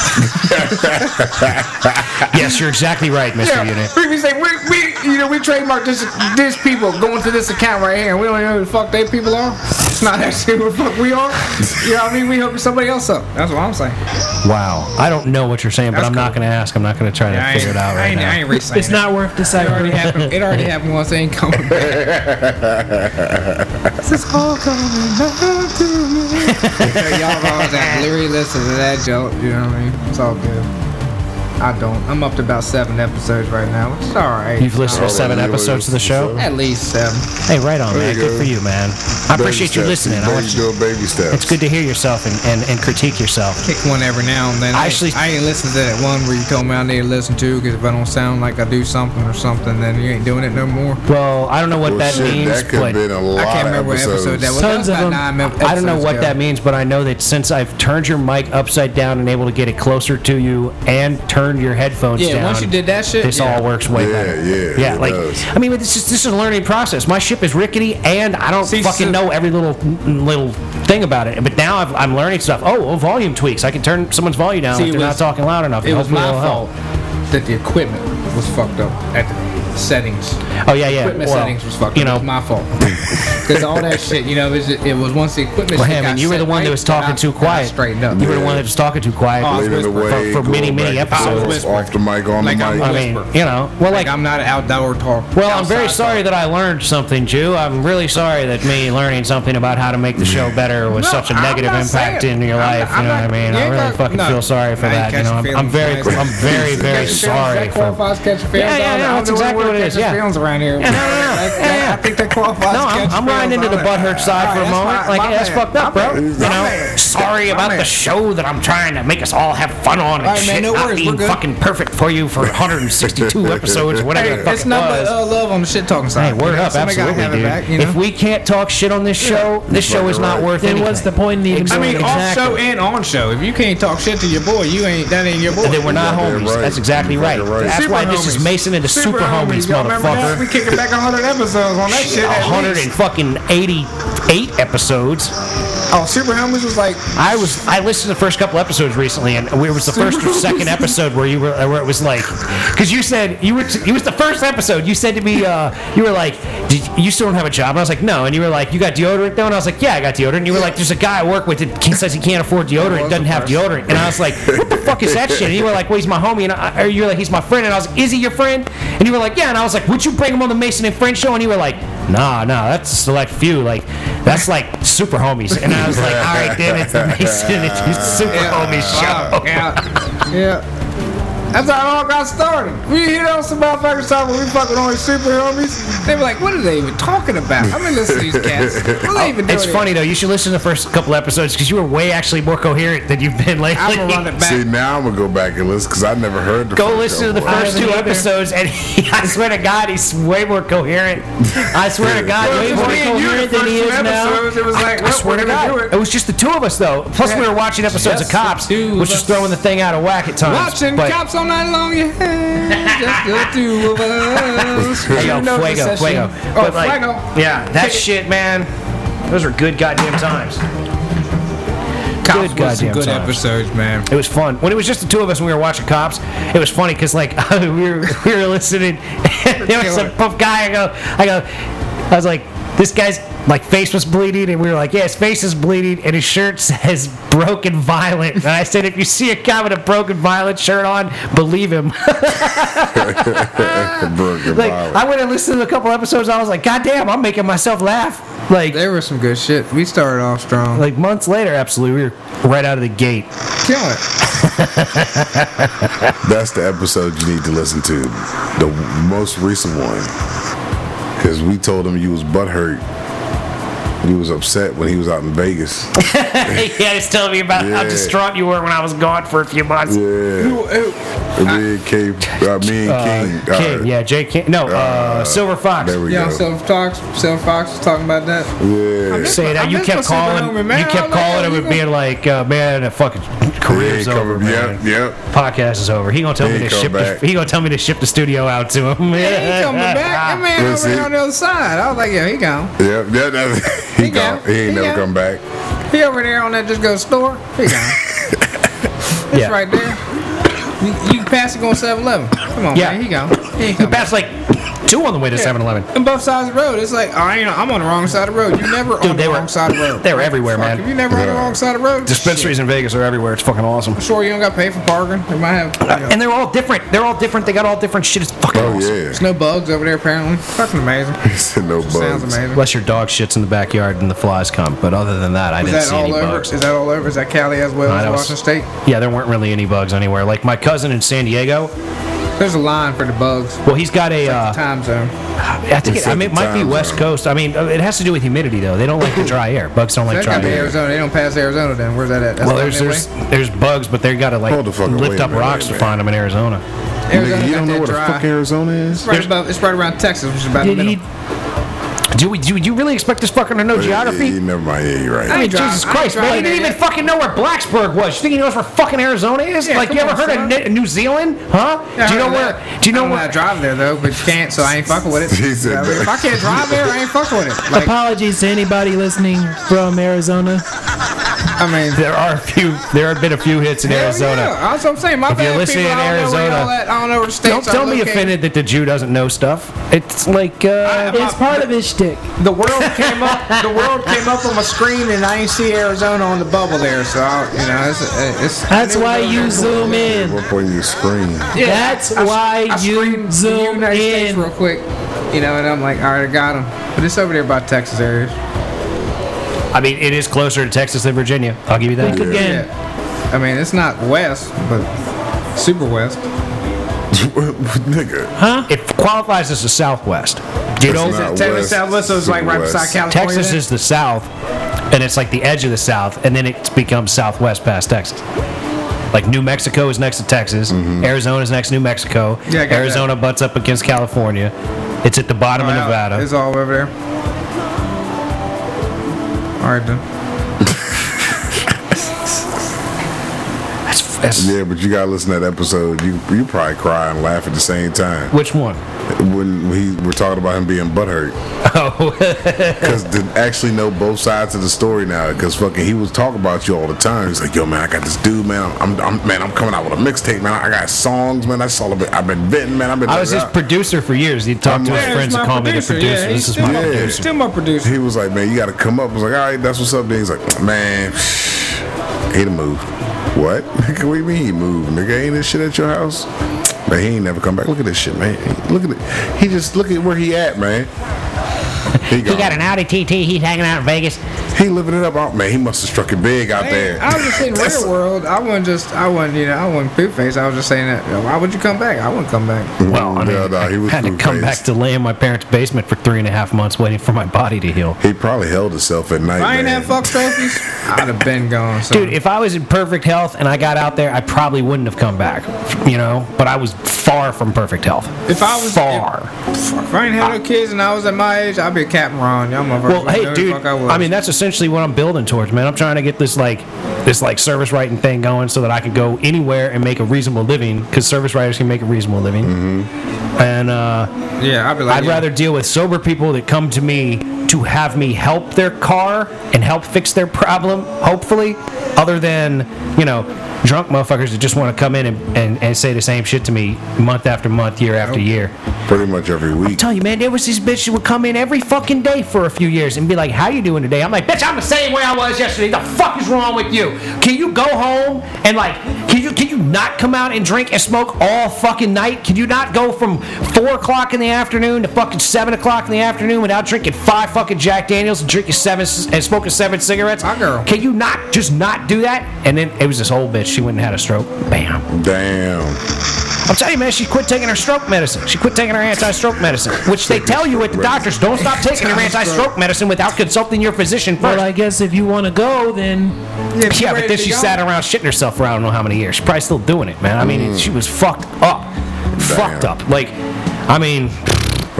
S1: yes, you're exactly right, Mister
S4: Yeah,
S1: Unit.
S4: we, we say we, we you know we trademark this this people going to this account right here, and we don't even know who the fuck they people are. It's not actually who the fuck we are. You know what I mean? We hooking somebody else up. That's what I'm saying.
S1: Wow, I don't know what you're saying, but
S4: That's
S1: I'm not
S4: cool.
S1: gonna ask. I'm not gonna try to
S4: I ain't,
S1: figure it out
S4: I
S1: right
S4: ain't, I
S1: now.
S4: ain't re-saying
S2: It's
S4: it.
S2: not worth
S4: It already
S2: deciphering.
S4: happened. It already happened once. It ain't coming
S1: <laughs>
S4: back. this is all coming back to me. Y'all always have leery listen to that joke. You know what I mean? It's all good. I don't. I'm up to about seven episodes right now. It's all right.
S1: You've listened to
S3: Alright,
S1: seven
S3: Oh, you
S1: episodes of
S3: listen
S1: the
S3: to
S1: show.
S3: seven.
S4: At least seven.
S1: Hey, right on, man.
S3: you
S1: Good
S3: go.
S1: for you, man. I appreciate you
S3: Baby
S1: listening.
S3: steps.
S1: I
S3: Baby
S1: want you.
S3: doing baby steps.
S1: It's good to hear yourself and, and, and critique yourself.
S4: kick one every now and then. I,
S1: Actually-
S4: actually, I ain't listened to that one where you told me I need to listen to because if I don't sound like I do something or something, then you ain't doing it no more.
S1: Well, I don't know what
S3: Well,
S1: that
S3: shit,
S1: means,
S3: that could have been
S1: but
S3: a lot
S4: I can't
S3: of
S4: remember what
S3: episodes.
S4: episode that was.
S2: Tons
S4: that was
S2: of
S4: about
S2: them.
S4: Nine ep-
S1: I don't know
S4: episodes
S1: what
S4: ago.
S1: that means. But I know that since I've turned your mic upside down and able to get it closer to you, and turned your headphones
S4: Yeah,
S1: down,
S4: once you did that shit,
S1: this
S4: yeah.
S1: all works way
S3: Yeah,
S1: better.
S3: yeah,
S1: yeah.
S3: it
S1: Like,
S3: does.
S1: I mean, but this is this is a learning process. My ship is rickety, and I don't
S4: See,
S1: fucking
S4: so-
S1: know every little little thing about it. But now I've, I'm learning stuff. Oh, oh, volume tweaks. I can turn someone's volume down
S4: See,
S1: if
S4: it
S1: they're not
S4: was-
S1: talking loud enough.
S4: It
S1: and
S4: was
S1: hopefully
S4: my
S1: it'll help.
S4: fault that the equipment was fucked up at the settings.
S1: Oh yeah, yeah.
S4: Equipment
S1: well,
S4: settings was fucked up.
S1: You
S4: It
S1: know,
S4: was
S1: <laughs>
S4: my fault. Because all that shit, you know, it was, it was once the equipment.
S1: Well,
S4: shit
S1: hey, I mean,
S4: got
S1: you were
S4: set
S1: the one
S4: right,
S1: that was
S4: then I-
S1: talking too
S4: then I
S1: quiet.
S4: Straightened up.
S1: You were the
S3: Yeah.
S1: one that was talking too quiet.
S4: Oh, I was
S3: Leaving the
S4: whispering.
S3: way,
S1: For- for
S3: going
S1: many, many
S3: back and
S1: episodes.
S3: forth,
S1: I was
S4: whispering.
S3: Off the mic, on
S4: Like,
S3: the
S4: I'm
S3: mic.
S1: I mean, you know, well, like,
S4: Like I'm not an outdoor talk.
S1: well, I'm very
S4: outside
S1: sorry that I learned something, Jew. I'm really sorry that me learning something about how to make the show better was
S4: No,
S1: such a
S4: I'm
S1: negative
S4: not
S1: impact
S4: saying-
S1: in your
S4: I'm
S1: life.
S4: not- I'm
S1: you know
S4: not-
S1: what I mean?
S4: you
S1: I
S4: ain't
S1: really
S4: got-
S1: fucking
S4: no.
S1: feel sorry for
S4: Now you
S1: that. You know, I'm,
S4: catching
S1: I'm very,
S4: feelings,
S1: I'm
S4: nice.
S1: very, very
S4: Catch your
S1: sorry
S4: feelings,
S1: for.
S4: That qualifies catch your feelings.
S1: Yeah, yeah,
S4: I'm
S1: yeah,
S4: the
S1: that's
S4: only
S1: exactly
S4: one
S1: what it
S4: catch
S1: is,
S4: your
S1: yeah.
S4: Feelings around here.
S1: no, no,
S4: Like,
S1: yeah, yeah.
S4: I think that qualifies.
S1: No,
S4: catch
S1: I'm,
S4: your
S1: I'm riding
S4: feelings
S1: into the
S4: on it.
S1: butt hurt side
S4: All
S1: for
S4: right,
S1: a
S4: that's
S1: moment.
S4: my-
S1: Like,
S4: my
S1: yeah, that's
S4: bad.
S1: fucked up,
S4: My
S1: bro.
S4: bad.
S1: You
S4: My
S1: know,
S4: bad.
S1: sorry
S4: My
S1: about the
S4: bad.
S1: show that I'm trying to make us all have fun on and
S4: All right, man,
S1: shit,
S4: no
S1: not
S4: worries, we're
S1: being
S4: good.
S1: fucking perfect for you
S4: <laughs>
S1: for 162 episodes, whatever the
S4: Hey,
S1: fuck
S4: it's
S1: it
S4: not
S1: was.
S4: but uh, love on the shit talking
S1: Hey,
S4: side.
S1: word
S4: you know?
S1: up,
S4: Somebody gotta
S1: absolutely,
S4: have it
S1: dude.
S4: back, you know?
S1: If we can't talk shit on this show, this show
S3: Fucking
S1: is not
S3: right.
S1: worth
S2: Then
S1: anything.
S2: what's the point in even
S4: I mean,
S2: doing it?
S4: off show and on show. If you can't talk shit to your boy, you ain't that ain't your boy.
S1: Then we're not
S3: You're
S1: homies.
S3: right.
S1: That's exactly
S3: You're
S1: right.
S3: right.
S1: That's
S4: Super
S1: why this is
S4: homies.
S1: Mason and the super, homies,
S4: Y'all remember that? We
S1: motherfucker.
S4: kicking back 100 episodes on that shit. at least.
S1: 188 episodes.
S4: Oh, Super Homies was like
S1: I was I listened to the first couple episodes recently, and it was the first or second episode where you were where it was like, because you said you were t- it was the first episode. You said to me, uh, you were like, Did, you still don't have a job, and I was like, no, and you were like, you got deodorant though, and I was like, yeah, I got deodorant. And you were like, there's a guy I work with that he says he can't afford deodorant,
S4: was
S1: doesn't
S4: the
S1: have
S4: first.
S1: deodorant, and I was like, what the fuck is that shit? And you were like, well, he's my homie, and I, or you were like, he's my friend, and I was like, is he your friend? And you were like, yeah, and I was like, would you bring him on the Mason and Friend show? And you were like, nah, nah, that's a select few, like that's like super homies, and I was like, all
S4: <laughs>
S1: right, then it's the Mason and it's super homie
S4: Wow,
S1: show.
S4: yeah, yeah. That's how it all got started. We hear on some motherfuckers talking when we fucking on these super homies. They be like, what are they even talking about? I'm gonna listen to these cats. What are they even doing?
S1: Oh, It's
S4: here?
S1: funny though. You should listen to the first couple episodes because you were way actually more coherent than you've been lately.
S4: I'm gonna run it back.
S3: See, now I'm gonna go back and listen because I never heard the.
S1: Go
S3: first
S1: listen to the
S3: Cowboy.
S1: first two episodes, and <laughs> he, I swear to God, he's way more coherent. I swear to God,
S4: Well,
S1: way
S4: it
S1: more
S4: was me and you
S1: coherent
S4: the
S1: than he
S4: first
S1: is
S4: two
S1: now.
S4: episodes, it was like,
S1: I, I
S4: well,
S1: swear
S4: we're
S1: to
S4: gonna
S1: God,
S4: do
S1: it.
S4: it.
S1: was just the two of us though. Plus, we were watching episodes of
S4: Just the
S1: Cops,
S4: two of
S1: which was
S4: us.
S1: throwing the thing out of whack at times.
S4: Watching
S1: but-
S4: cops all night long, yeah. Just the two of
S1: <laughs>
S4: us.
S1: Hey, yo,
S4: You know this
S1: fuego,
S4: session.
S1: fuego.
S4: Oh,
S1: But, like,
S4: fuego.
S1: Yeah, that
S4: Kick it.
S1: shit, man. Those were good goddamn times.
S4: Cops
S1: Good
S4: was
S1: goddamn
S4: some good
S1: times.
S4: episodes, man.
S1: It was fun. When it was just the two of us and we were watching Cops, it was funny because like <laughs> we were we were listening. <laughs> And there was a puff guy. I go, I go, I was like, this guy's like face was bleeding, and we were like, yeah, his face is bleeding, and his shirt <laughs> says broken violent. And I said, if you see a guy with a broken violent shirt on, believe him. <laughs>
S3: Broken
S1: like
S3: Violent.
S1: I went and listened to a couple episodes. I was like, god damn, I'm making myself laugh. Like.
S4: There was some good shit. We started off strong.
S1: like months later, absolutely, we were right out of the gate.
S4: Kill it.
S3: That's the episode you need to listen to, the most recent one, because we told him you was butthurt. You was upset when he was out
S1: <laughs>
S3: in Vegas.
S1: <laughs> yeah, just telling me about how
S3: Yeah.
S1: distraught you were when I was gone for a few months.
S3: Yeah, and then came uh, me and King. uh,
S1: King, yeah, Jay King. No, uh, Silver Fox.
S3: There we
S4: Yeah,
S3: go.
S4: Silver Fox, Silver Fox was talking about that.
S3: yeah,
S1: Say
S4: I
S1: that you
S4: miss
S1: kept
S4: my Silver
S1: calling,
S4: Moment, man.
S1: you
S4: I
S1: kept
S4: don't know
S1: calling
S4: how
S1: him
S4: you
S1: and being like, uh, "Man, that fucking career's
S3: Yeah,
S1: over,
S3: cover-
S1: man."
S3: Yep, yep.
S1: Podcast is over. He gonna tell
S3: He
S1: me to
S3: ain't come
S1: ship.
S3: back.
S1: The, he gonna tell me to ship the studio out to him.
S4: Hey,
S1: <laughs>
S4: he coming back. That man
S3: Is
S4: over
S3: he?
S4: there on the other side. I was like, yeah, he gone.
S3: Yep, yeah, that's, <laughs> he,
S4: He
S3: gone.
S4: gone.
S3: He ain't
S4: He
S3: never
S4: gone.
S3: come back.
S4: He over there on that just go store. He
S1: <laughs>
S4: gone. It's
S1: Yeah.
S4: right there. You, you can pass it going 7 Eleven. Come on,
S1: Yeah.
S4: man. He gone. He ain't
S1: You
S4: coming.
S1: passed like two on the way to 7-Eleven.
S4: on both sides of the road. It's like, oh, you know, I'm on the wrong side of the road. You never
S1: Dude,
S4: on
S1: they
S4: the
S1: were-
S4: wrong side of the road.
S1: they were everywhere,
S4: Fuck,
S1: man.
S4: If you never on the wrong side of the road,
S1: Dispensaries in Vegas are everywhere. It's fucking awesome.
S4: shit. Sure, you don't got to pay for parking. They might have. you know,
S1: And they're all different. They're all different. They got all different shit. It's fucking
S3: Oh
S1: awesome.
S3: yeah, <laughs>
S4: there's no bugs over there apparently. Fucking amazing.
S3: no
S4: Sounds
S3: bugs.
S4: amazing.
S1: Unless your dog shits in the backyard and the flies come. But other than that, I
S4: Is
S1: didn't
S4: that
S1: see
S4: all
S1: any
S4: over?
S1: bugs.
S4: Is that all over? Is that Cali as well
S1: Nah,
S4: as
S1: that was-
S4: Washington State?
S1: Yeah, there weren't really any bugs anywhere. Like my cousin in San Diego,
S4: There's a line for the bugs.
S1: well, he's got a. Uh,
S4: Time zone.
S1: I think it, I
S3: Set
S1: mean, it
S3: the
S1: might be
S3: time
S1: West
S3: zone.
S1: Coast. I mean, uh, it has to do with humidity though. They don't like the dry air. Bugs don't like
S4: That's
S1: dry
S4: gotta be
S1: air.
S4: Arizona. They don't pass Arizona then. Where's that at? That's
S1: Well,
S4: down
S1: there's
S4: that way?
S1: there's, there's bugs, but they gotta like
S3: Hold the fuck
S1: lift
S3: away,
S1: up
S3: man,
S1: rocks
S3: wait,
S1: to
S3: man.
S1: find them in Arizona.
S4: Arizona
S3: Nigga, you
S4: got
S3: don't know
S4: that
S3: where the
S4: dry.
S3: fuck Arizona is?
S4: It's right, above, it's right around Texas, which is about the
S1: Did
S4: middle.
S1: he- do we? Do you really expect this fucker to know geography?
S3: Yeah, yeah, never mind. Yeah, you're
S4: <laughs>
S3: right.
S1: I mean,
S4: ain't driving-
S1: Jesus
S4: I ain't
S1: Christ, man!
S4: driving
S1: He didn't
S4: there
S1: even
S4: yet.
S1: fucking know where Blacksburg was. You think he knows where fucking Arizona is?
S4: Yeah,
S1: like, you
S4: come
S1: ever
S4: on,
S1: heard
S4: son.
S1: of Ni- New Zealand? Huh?
S4: Yeah, I
S1: do you know
S4: heard
S1: where?
S4: of that.
S1: Do you know
S4: I don't
S1: where?
S4: how to drive there though, but you can't, so I ain't fucking
S1: <laughs>
S4: with it.
S3: He said
S4: I mean,
S3: that.
S4: if I can't drive there, I ain't fucking with it. Like,
S2: Apologies to anybody listening from Arizona.
S4: I mean,
S1: There are a few. There have been a few hits in
S4: hell
S1: Arizona.
S4: Yeah. That's what I'm saying. My
S1: If you're
S4: bad,
S1: listening in
S4: people, I don't know where
S1: Arizona,
S4: y'all at. I don't know where the states
S1: Don't
S4: are
S1: tell me
S4: located.
S1: offended that the Jew doesn't know stuff. It's like uh,
S2: It's part of his shtick.
S4: The world came
S1: <laughs>
S4: up. The world came up on my screen, and I ain't see Arizona on the bubble there. So I, you know, it's, it's
S2: That's why you zoom in.
S3: Up on your screen.
S4: <laughs>
S2: That's why
S4: I screamed
S2: you
S4: the
S2: zoom
S4: United States
S2: in.
S4: real quick, you know, and I'm like, all right, I got him. But it's over there by Texas areas.
S1: I mean, it is closer to Texas than Virginia. I'll give you that.
S2: Think again.
S4: I mean, it's not west, but super west.
S3: <laughs> Nigga,
S1: It qualifies as the Southwest. You
S3: It's
S1: know,
S3: not
S4: Texas
S3: west,
S4: Southwest, so it's like right
S3: West.
S4: beside California.
S1: Texas is the South, and it's like the edge of the South, and then it becomes Southwest past Texas. Like New Mexico is next to Texas, Arizona is next to New Mexico,
S4: Mm-hmm. Yeah, I got that.
S1: Arizona butts up against California. It's at the bottom of
S4: Wow,
S1: Nevada.
S4: It's all over there. All right, then.
S1: That's- that's-
S3: Yeah, but you gotta listen to that episode. You you probably cry and laugh at the same time
S1: Which
S4: <laughs>
S1: one?
S3: when he we're talking about him being butthurt
S1: Oh, <laughs>
S3: because to actually know both sides of the story now. Because fucking he was talking about you all the time. He's like, yo man, I got this dude man. I'm, I'm man, I'm coming out with a mixtape man. I got songs man. I saw bit. I've been venting man. I've been.
S1: I was his producer for years. He'd talk to his
S4: There's
S1: friends
S4: my
S1: and call me the producer.
S4: Yeah, he's
S1: this is
S4: still
S1: my
S4: my
S3: Yeah.
S4: producer. Still my producer.
S3: he was like, man, you got to come up. I was like, all right, that's what's up. Then he's like, man, he done moved. What? <laughs> Nigga, what do you mean he moved? Nigga, ain't this shit at your house? Man, he ain't never come back. Look at this shit, man. Look at it. He just look at where he at, man. He
S1: He
S3: gone.
S1: got an Audi TT. He's hanging out in Vegas.
S3: He living it up out, man. He must have struck it big out there.
S4: I was just saying
S3: That's-
S4: real world. I wasn't just I wasn't you know I wasn't poop face. I was just saying that. you know, Why would you come back? I wouldn't come back.
S1: Well, I mean,
S3: Yeah, nah, he was
S1: had to come back
S3: two-faced.
S1: to lay in my parents' basement for three and a half months waiting for my body to heal.
S3: He probably held himself at night.
S4: If I ain't
S3: man.
S4: had fuck trophies. I'd have been gone. So.
S1: Dude, if I was in perfect health and I got out there, I probably wouldn't have come back, you know. But I was far from perfect health.
S4: If I was-
S1: far,
S4: if I ain't had no kids and I was at my age, I'd be a Captain Ron. Y'all motherfuckers.
S1: well,
S4: wouldn't know
S1: hey,
S4: who the
S1: dude.
S4: fuck I, was.
S1: I mean, that's essentially what I'm building towards, man. I'm trying to get this like, this like service writing thing going so that I can go anywhere and make a reasonable living because service writers can make a reasonable living.
S3: Mm-hmm.
S1: And uh,
S4: yeah, I'd be like.
S1: I'd
S4: yeah.
S1: rather deal with sober people that come to me to have me help their car and help fix their problem, hopefully, other than, you know, drunk motherfuckers that just want to come in and, and, and say the same shit to me month after month, year after year.
S3: Pretty much every week.
S1: Tell you, man, there was this bitch that would come in every fucking day for a few years and be like, "How you doing today?" I'm like, "Bitch, I'm the same way I was yesterday. The fuck is wrong with you? Can you go home and like, can you can you not come out and drink and smoke all fucking night? Can you not go from four o'clock in the afternoon to fucking seven o'clock in the afternoon without drinking five fucking Jack Daniels and drinking seven and smoking seven cigarettes?
S4: My girl.
S1: Can you not just not do that?" And then it was this old bitch. She went and had a stroke. Bam.
S3: Damn.
S1: I'm telling you, man, she quit taking her stroke medicine. She quit taking her anti-stroke medicine, which they tell you at the doctors, don't stop taking your anti-stroke medicine without consulting your physician
S2: Well,
S1: first.
S2: I guess if you want to go, then
S4: if
S1: yeah,
S4: you
S1: but
S4: ready
S1: then
S4: to
S1: she
S4: go.
S1: sat around shitting herself for I don't know how many years. She's probably still doing it, man. I mean, she was fucked up, fucked up. Like, I mean,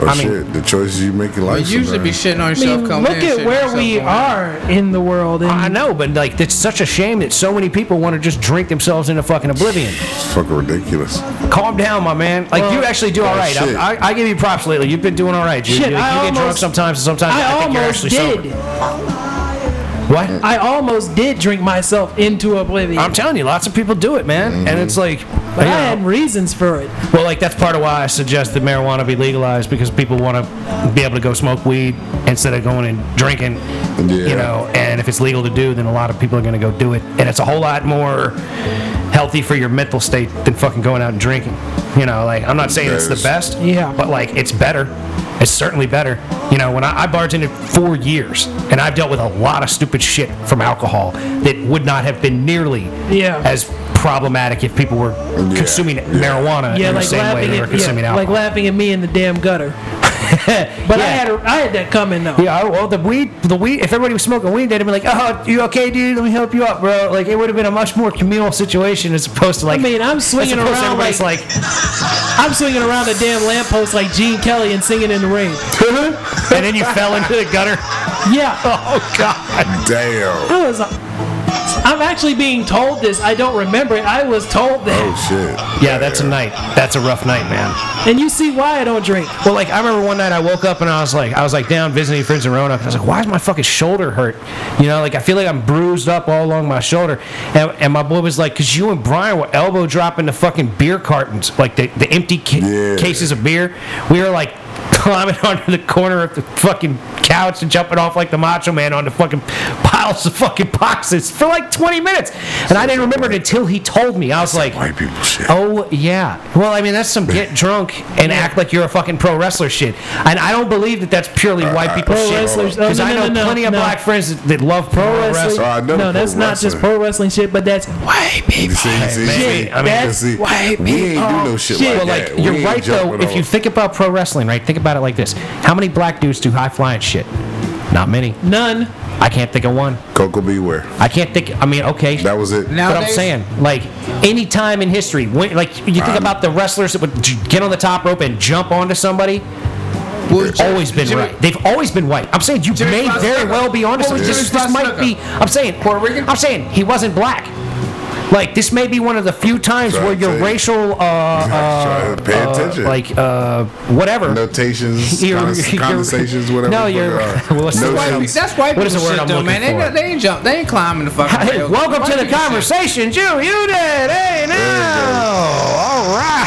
S3: Oh
S1: I mean-
S3: shit, the choices you make in
S4: You
S3: life.
S4: usually be
S3: sometimes.
S4: shitting on
S2: I
S4: yourself.
S2: mean,
S4: coming
S2: look
S4: in, shitting
S2: at
S4: on
S2: where
S4: yourself
S2: we
S4: going out.
S2: are in the world. And
S1: I know, but like, it's such a shame that so many people want to just drink themselves into fucking oblivion.
S3: It's fucking ridiculous.
S1: Calm down, my man. Like, you actually
S4: Oh,
S1: do all right.
S3: shit.
S1: I, I, I give you props lately. You've been doing all right. You,
S2: Shit,
S1: you, you
S2: I
S1: get drunk
S2: almost-
S1: sometimes, and sometimes I,
S2: I
S1: think you're
S2: almost
S1: actually
S2: did.
S1: sober.
S4: Mm.
S1: What?
S2: I almost did drink myself into oblivion.
S1: I'm telling you, lots of people do it, man. And it's like,
S2: but
S1: you
S2: I
S1: know,
S2: had reasons for it.
S1: well, like that's part of why I suggest that marijuana be legalized because people want to be able to go smoke weed instead of going and drinking.
S3: Yeah.
S1: You know, and if it's legal to do, then a lot of people are going to go do it, and it's a whole lot more healthy for your mental state than fucking going out and drinking. You know, like I'm not saying it's the
S3: Yes.
S1: best,
S2: Yeah.
S1: but like it's better. It's certainly better. You know, when I, I bartended four years, and I've dealt with a lot of stupid shit from alcohol that would not have been nearly
S2: Yeah.
S1: as problematic if people were
S3: Yeah,
S1: consuming
S3: yeah.
S1: marijuana
S2: Yeah,
S1: in the
S2: like
S1: same way
S2: laughing,
S1: they were
S2: at, yeah,
S1: consuming
S2: like
S1: alcohol.
S2: laughing at me in the
S1: <laughs>
S2: damn gutter. But I
S1: Yeah.
S2: had a, I had that coming though.
S1: yeah, well, the weed, the weed. If everybody was smoking weed, they'd have been like, "Oh, you okay, dude? Let me help you up, bro." Like, it would have been a much more communal situation as opposed to like.
S2: I mean, I'm
S1: as
S2: swinging
S1: opposed to
S2: around
S1: everybody's
S2: like-
S1: like <laughs>
S2: I'm swinging around the damn lamppost like Gene Kelly and singing in the rain.
S1: and then you fell into the gutter. <laughs>
S2: Yeah,
S1: Oh God!
S3: Damn.
S2: I was. I'm actually being told this. I don't remember it. I was told that,
S3: Oh shit.
S1: Yeah, that's a night. That's a rough night, man.
S3: Oh.
S2: and you see why I don't drink.
S1: Well, like I remember one night I woke up and I was like, I was like down visiting friends in Roanoke. And I was like, why is my fucking shoulder hurt? You know, like I feel like I'm bruised up all along my shoulder. And, and my boy was like, because you and Brian were elbow dropping the fucking beer cartons, like the, the empty ca-
S3: Yeah.
S1: cases of beer. We were like climbing <laughs> onto the corner of the fucking couch and jumping off like the macho man onto fucking piles of fucking boxes for like 20 minutes. And I didn't remember it until he told me. I was like,
S3: White people shit.
S1: Oh yeah. Well, I mean that's some get drunk and act like you're a fucking pro wrestler shit. And I don't believe that that's purely
S3: Uh,
S1: white people
S3: pro
S1: shit.
S2: wrestlers- oh,
S1: Because
S2: no,
S1: I
S2: no,
S1: know
S2: no, no,
S1: plenty of
S2: no.
S1: black friends that, that love pro
S2: Pro
S1: wrestling.
S2: wrestling.
S3: Oh, I know
S2: no,
S3: pro
S2: that's not just
S3: wrestling.
S2: pro wrestling shit, but that's white
S3: You
S2: people.
S3: see, you see, you see,
S1: man, I mean,
S3: you see,
S2: white
S3: we ain't do
S2: people.
S3: no shit
S2: Shit.
S3: like
S1: Well, like
S3: that.
S1: you're
S3: We ain't
S1: right though.
S3: jumping
S1: If
S3: on-
S1: you think about pro wrestling, right? Think about it like this: How many black dudes do high flying shit? Not many.
S2: None.
S1: I can't think of one.
S3: Coco beware.
S1: I can't think. I mean, okay.
S3: That was it.
S4: Now-
S1: But I'm
S4: Nowadays-
S1: saying, like, any time in history, when, like, you
S3: Um,
S1: think about the wrestlers that would j- get on the top rope and jump onto somebody,
S4: Well,
S1: always been
S4: Jimmy-
S1: right. They've always been white. I'm saying you
S4: Jimmy
S1: may
S4: Fonseca.
S1: very well be onto
S4: What
S1: something.
S4: was
S1: This,
S4: Jimmy
S1: this might
S4: Fonseca?
S1: be. I'm saying
S4: Puerto Rican?
S1: I'm saying he wasn't black. Like this may be one of the few times
S3: Try
S1: where
S3: to
S1: your
S3: take-
S1: racial, uh,
S3: <laughs> Try
S1: uh,
S3: to pay
S1: uh,
S3: attention.
S1: like uh, whatever.
S3: Notations,
S1: <laughs> You're-
S3: cons-
S1: you're-
S3: conversations, whatever.
S1: No,
S3: the fuck
S1: you're-
S3: they are.
S1: <laughs> well, let's-
S4: That's
S1: Those jumps.
S4: white, people-
S3: Notions.
S4: that's white
S1: What
S4: people
S1: is the word
S4: shit,
S1: I'm
S4: though,
S1: looking
S4: man. They,
S1: for?
S4: not- they ain't jump. They ain't climbing the fucking.
S1: Hey,
S4: rails.
S1: welcome
S4: White
S1: to the
S4: people shit.
S1: conversation, Jew. You did. Hey, now. All right.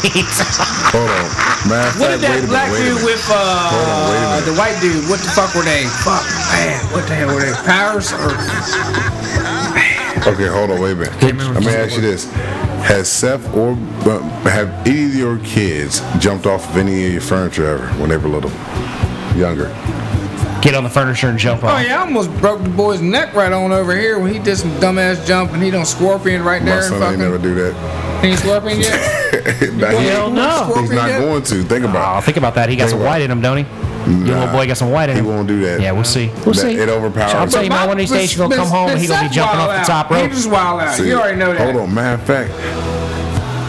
S3: Hold on. Matter of fact,
S4: What did
S3: wait a
S4: that
S3: minute,
S4: black
S3: wait a
S4: dude
S3: minute.
S4: with
S3: Hold on, wait a
S4: uh,
S3: minute.
S4: the white dude? What the fuck were they? Fuck, man. What the hell were they? Powers or
S3: Okay, hold on, wait a minute. Let me ask you this: Has Seth or but have any of your kids jumped off of any of your furniture ever when they were little, younger?
S1: <laughs> get on the furniture and jump
S4: Oh
S1: off.
S4: yeah, I almost broke the boy's neck right on over here when he did some dumbass jump and he done scorpion right
S3: My
S4: there and
S3: son ain't never
S4: fucking.
S3: do that. <laughs>
S4: He ain't scorpion yet. <laughs>
S3: Nah, he-
S1: Hell no.
S3: He's not going to. Think
S1: Oh,
S3: about it.
S1: think about that. He got some
S3: Think about
S1: white in him, don't he? Your little boy got some white in
S3: He
S1: him.
S3: won't do that.
S1: Yeah, we'll see. We'll
S3: That-
S1: see.
S3: it overpowers
S1: I'll tell you,
S3: him.
S1: man, one of these days you're going to come home and he's going to be jumping off the top rope.
S4: He just wild out. you already know that.
S3: Hold on, matter of fact,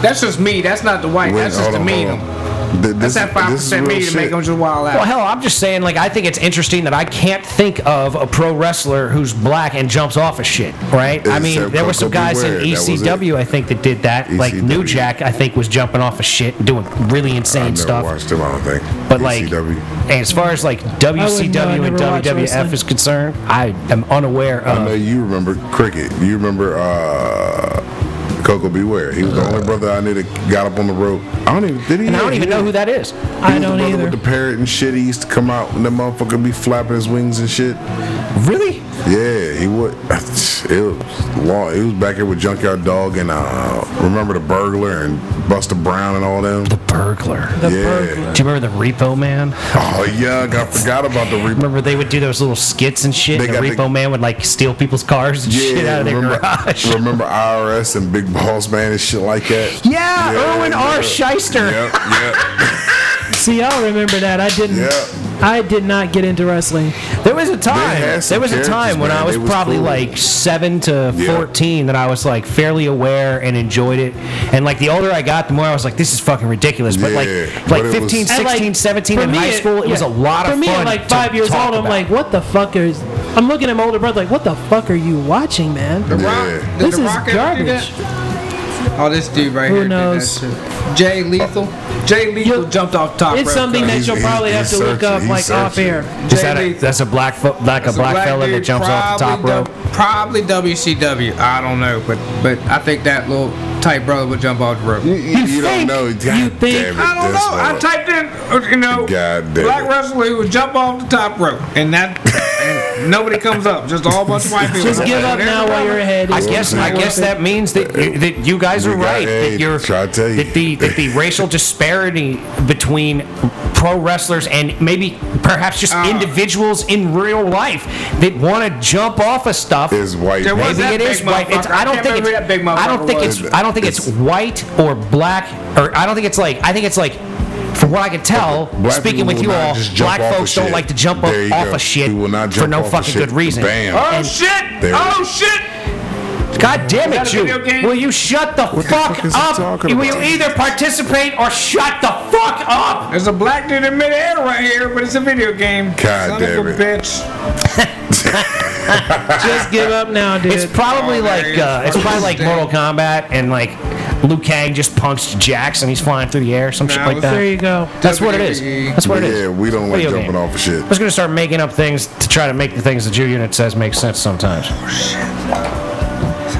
S4: That's just me. That's not the white.
S3: wait,
S4: That's just
S3: hold
S4: the
S3: on, hold
S4: medium.
S3: on. Th-
S4: That's
S3: this-
S4: that
S3: this is
S4: 5%
S3: real
S4: medium to make
S3: shit.
S4: him just wild
S1: Well,
S4: out.
S1: hell, I'm just saying, like, I think it's interesting that I can't think of a pro wrestler who's black and jumps off of shit, right? I mean,
S3: Except
S1: there were some
S3: Coco
S1: guys in
S3: Beware, that was it. E
S1: ECW, I think, that did that. Like, New
S3: ECW.
S1: Jack, I think, was jumping off of shit and doing really
S3: I
S1: insane
S3: never
S1: stuff.
S3: watched him. I don't think. E
S1: But, like,
S3: ECW.
S1: and as far as, like,
S2: wouldn't know. I
S1: WCW and
S2: never watched
S1: WWF
S2: wrestling.
S1: is concerned, I am unaware
S3: I know
S1: of.
S3: you remember cricket. You remember uh, Coco Beware. He was the only brother I knew that got up on the rope. I don't even. Did he?
S1: And I don't
S3: he
S1: even
S3: did.
S1: know who that is.
S3: He
S2: I
S3: was
S2: don't
S3: the brother
S2: either.
S3: With the parrot and shit, he used to come out and the motherfucker be flapping his wings and shit.
S1: Really?
S3: Yeah, he would. <laughs> It was long. He was back here with Junkyard Dog and uh, remember the burglar and Buster Brown and all them.
S1: The burglar.
S2: The
S1: Do
S3: Yeah.
S2: burglar.
S1: you remember the Repo Man?
S3: Oh yeah, I forgot about the re-
S1: Remember they would do those little skits and shit.
S3: They
S1: and the
S3: got the-
S1: Repo Man would like steal people's cars and shit out of their
S3: remember,
S1: garage. <laughs>
S3: remember IRS and Big Boss Man and shit like that.
S1: Yeah, Erwin R. Shyster.
S3: Yep, yep,
S2: See, I'll remember that. I didn't.
S3: Yeah.
S2: I did not get into wrestling.
S1: There was a time.
S3: had some
S1: There was a
S3: characters,
S1: time when
S3: man.
S1: I was,
S3: They was
S1: probably
S3: cool.
S1: like seven to
S3: Yeah.
S1: fourteen that I was like fairly aware and enjoyed it. And like the older I got, the more I was like, this is fucking ridiculous. But like
S3: Yeah,
S1: like
S3: but it
S1: 15,
S3: was-
S2: And,
S1: 16,
S2: like,
S1: 17
S2: for
S1: in
S2: me,
S1: high school, it was a
S2: yeah.
S1: lot of
S2: For me,
S1: fun.
S2: at like
S1: to
S2: five years
S1: talk
S2: old, I'm
S1: about.
S2: like, what the fuck is? I'm looking at my older brother like, what the fuck are you watching, man?
S3: yeah.
S4: Did
S2: This
S4: The
S2: is
S4: Rock ever do
S2: garbage.
S4: that? Oh, this dude right
S2: Who
S4: here. did that
S2: knows?
S4: shit. Jay Lethal. Jay Lethal
S2: You're-
S4: jumped off top.
S2: It's
S4: rope,
S2: something
S4: though.
S2: that
S3: He's-
S2: you'll
S3: he's-
S2: probably have to
S3: he's
S2: look up
S3: searching,
S2: like
S3: he's
S2: off
S3: searching.
S2: air.
S4: Jay
S1: Is that a,
S4: Lethal.
S1: that's a black fo- like a
S4: It's a
S1: black, fella that
S4: dude,
S1: jumps off the top
S4: probably
S1: rope.
S4: W- Probably WCW. I don't know, but but I think that little tight brother would jump off the rope.
S3: You, you, you don't
S2: think-
S3: know. God
S2: you think-
S3: damn it,
S4: I don't
S3: this
S4: know. I
S3: one.
S4: typed in, uh, you know,
S3: God damn
S4: black
S3: it.
S4: wrestler who would jump off the top rope, and
S3: <laughs>
S4: that and nobody comes up. Just a whole bunch of white people.
S2: Just give up now while you're ahead.
S1: I
S2: It's
S1: guess
S2: not
S1: I
S2: worth
S1: guess
S2: it.
S1: that means that you, that you guys
S3: We
S1: are
S3: got-
S1: right.
S3: hey,
S1: that you're
S3: try to tell you.
S1: that the that the racial disparity between pro wrestlers and maybe perhaps just
S3: Uh.
S1: individuals in real life that want to jump off of stuff
S3: Is white.
S4: There was
S3: man.
S4: that
S1: Maybe it
S4: big
S1: is white. It's,
S4: motherfucker.
S1: I
S4: I
S1: don't
S4: can't
S1: think
S4: remember
S1: it's.
S4: who that big
S1: I don't
S4: motherfucker
S1: think
S4: was.
S1: it's. I don't think it's, white or black or I don't think it's like. I think it's like. From what I can tell,
S3: Black
S1: speaking
S3: people
S1: with
S3: will
S1: you
S3: not
S1: all,
S3: just jump
S1: black
S3: off of
S1: folks don't
S3: shit.
S1: like to jump
S3: There
S1: up
S3: you
S1: off
S3: go.
S1: of shit
S3: We will not
S1: for
S3: jump
S1: no
S3: off of
S1: fucking
S3: shit.
S1: good reason.
S3: Bam.
S4: Oh
S1: And-
S4: shit!
S3: There it
S4: Oh
S3: is.
S4: shit!
S1: God damn it,
S4: a
S1: you!
S4: video game?
S1: Will you shut the
S3: the
S1: fuck
S3: fuck is he
S1: up?
S3: talking
S1: Will you
S3: about?
S1: either participate or shut the fuck up?
S4: There's a black dude in midair right here, but it's a video game.
S3: God
S4: Son
S3: damn
S4: of a
S3: it.
S4: bitch.
S2: Just give up now, dude.
S1: It's probably
S4: Oh, there
S1: like
S4: he
S1: uh,
S4: is.
S1: it's probably like Mortal Kombat and like Liu Kang just punched Jax and he's flying through the air, some shit
S4: Nah,
S1: like
S2: there
S1: that.
S2: you go.
S1: That's what it is. That's what it is.
S3: Yeah, we don't like
S1: Video game.
S3: jumping off of shit.
S1: I'm just gonna start making up things to try to make the things the Jew unit says make sense sometimes.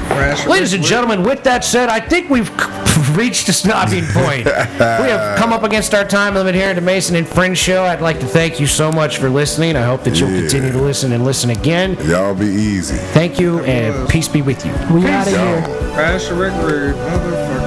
S4: Fresh.
S1: Ladies and gentlemen, with that said, I think we've c- <laughs> reached a stopping point. we have come up against our time limit here at the Mason and Friends show. I'd like to thank you so much for listening. I hope that you'll
S3: Yeah.
S1: continue to listen and listen again.
S3: Y'all be easy.
S1: Thank you, and peace be with you.
S2: We out of here.
S3: Y'all.
S4: Fresh Rick Rude. Motherfucker.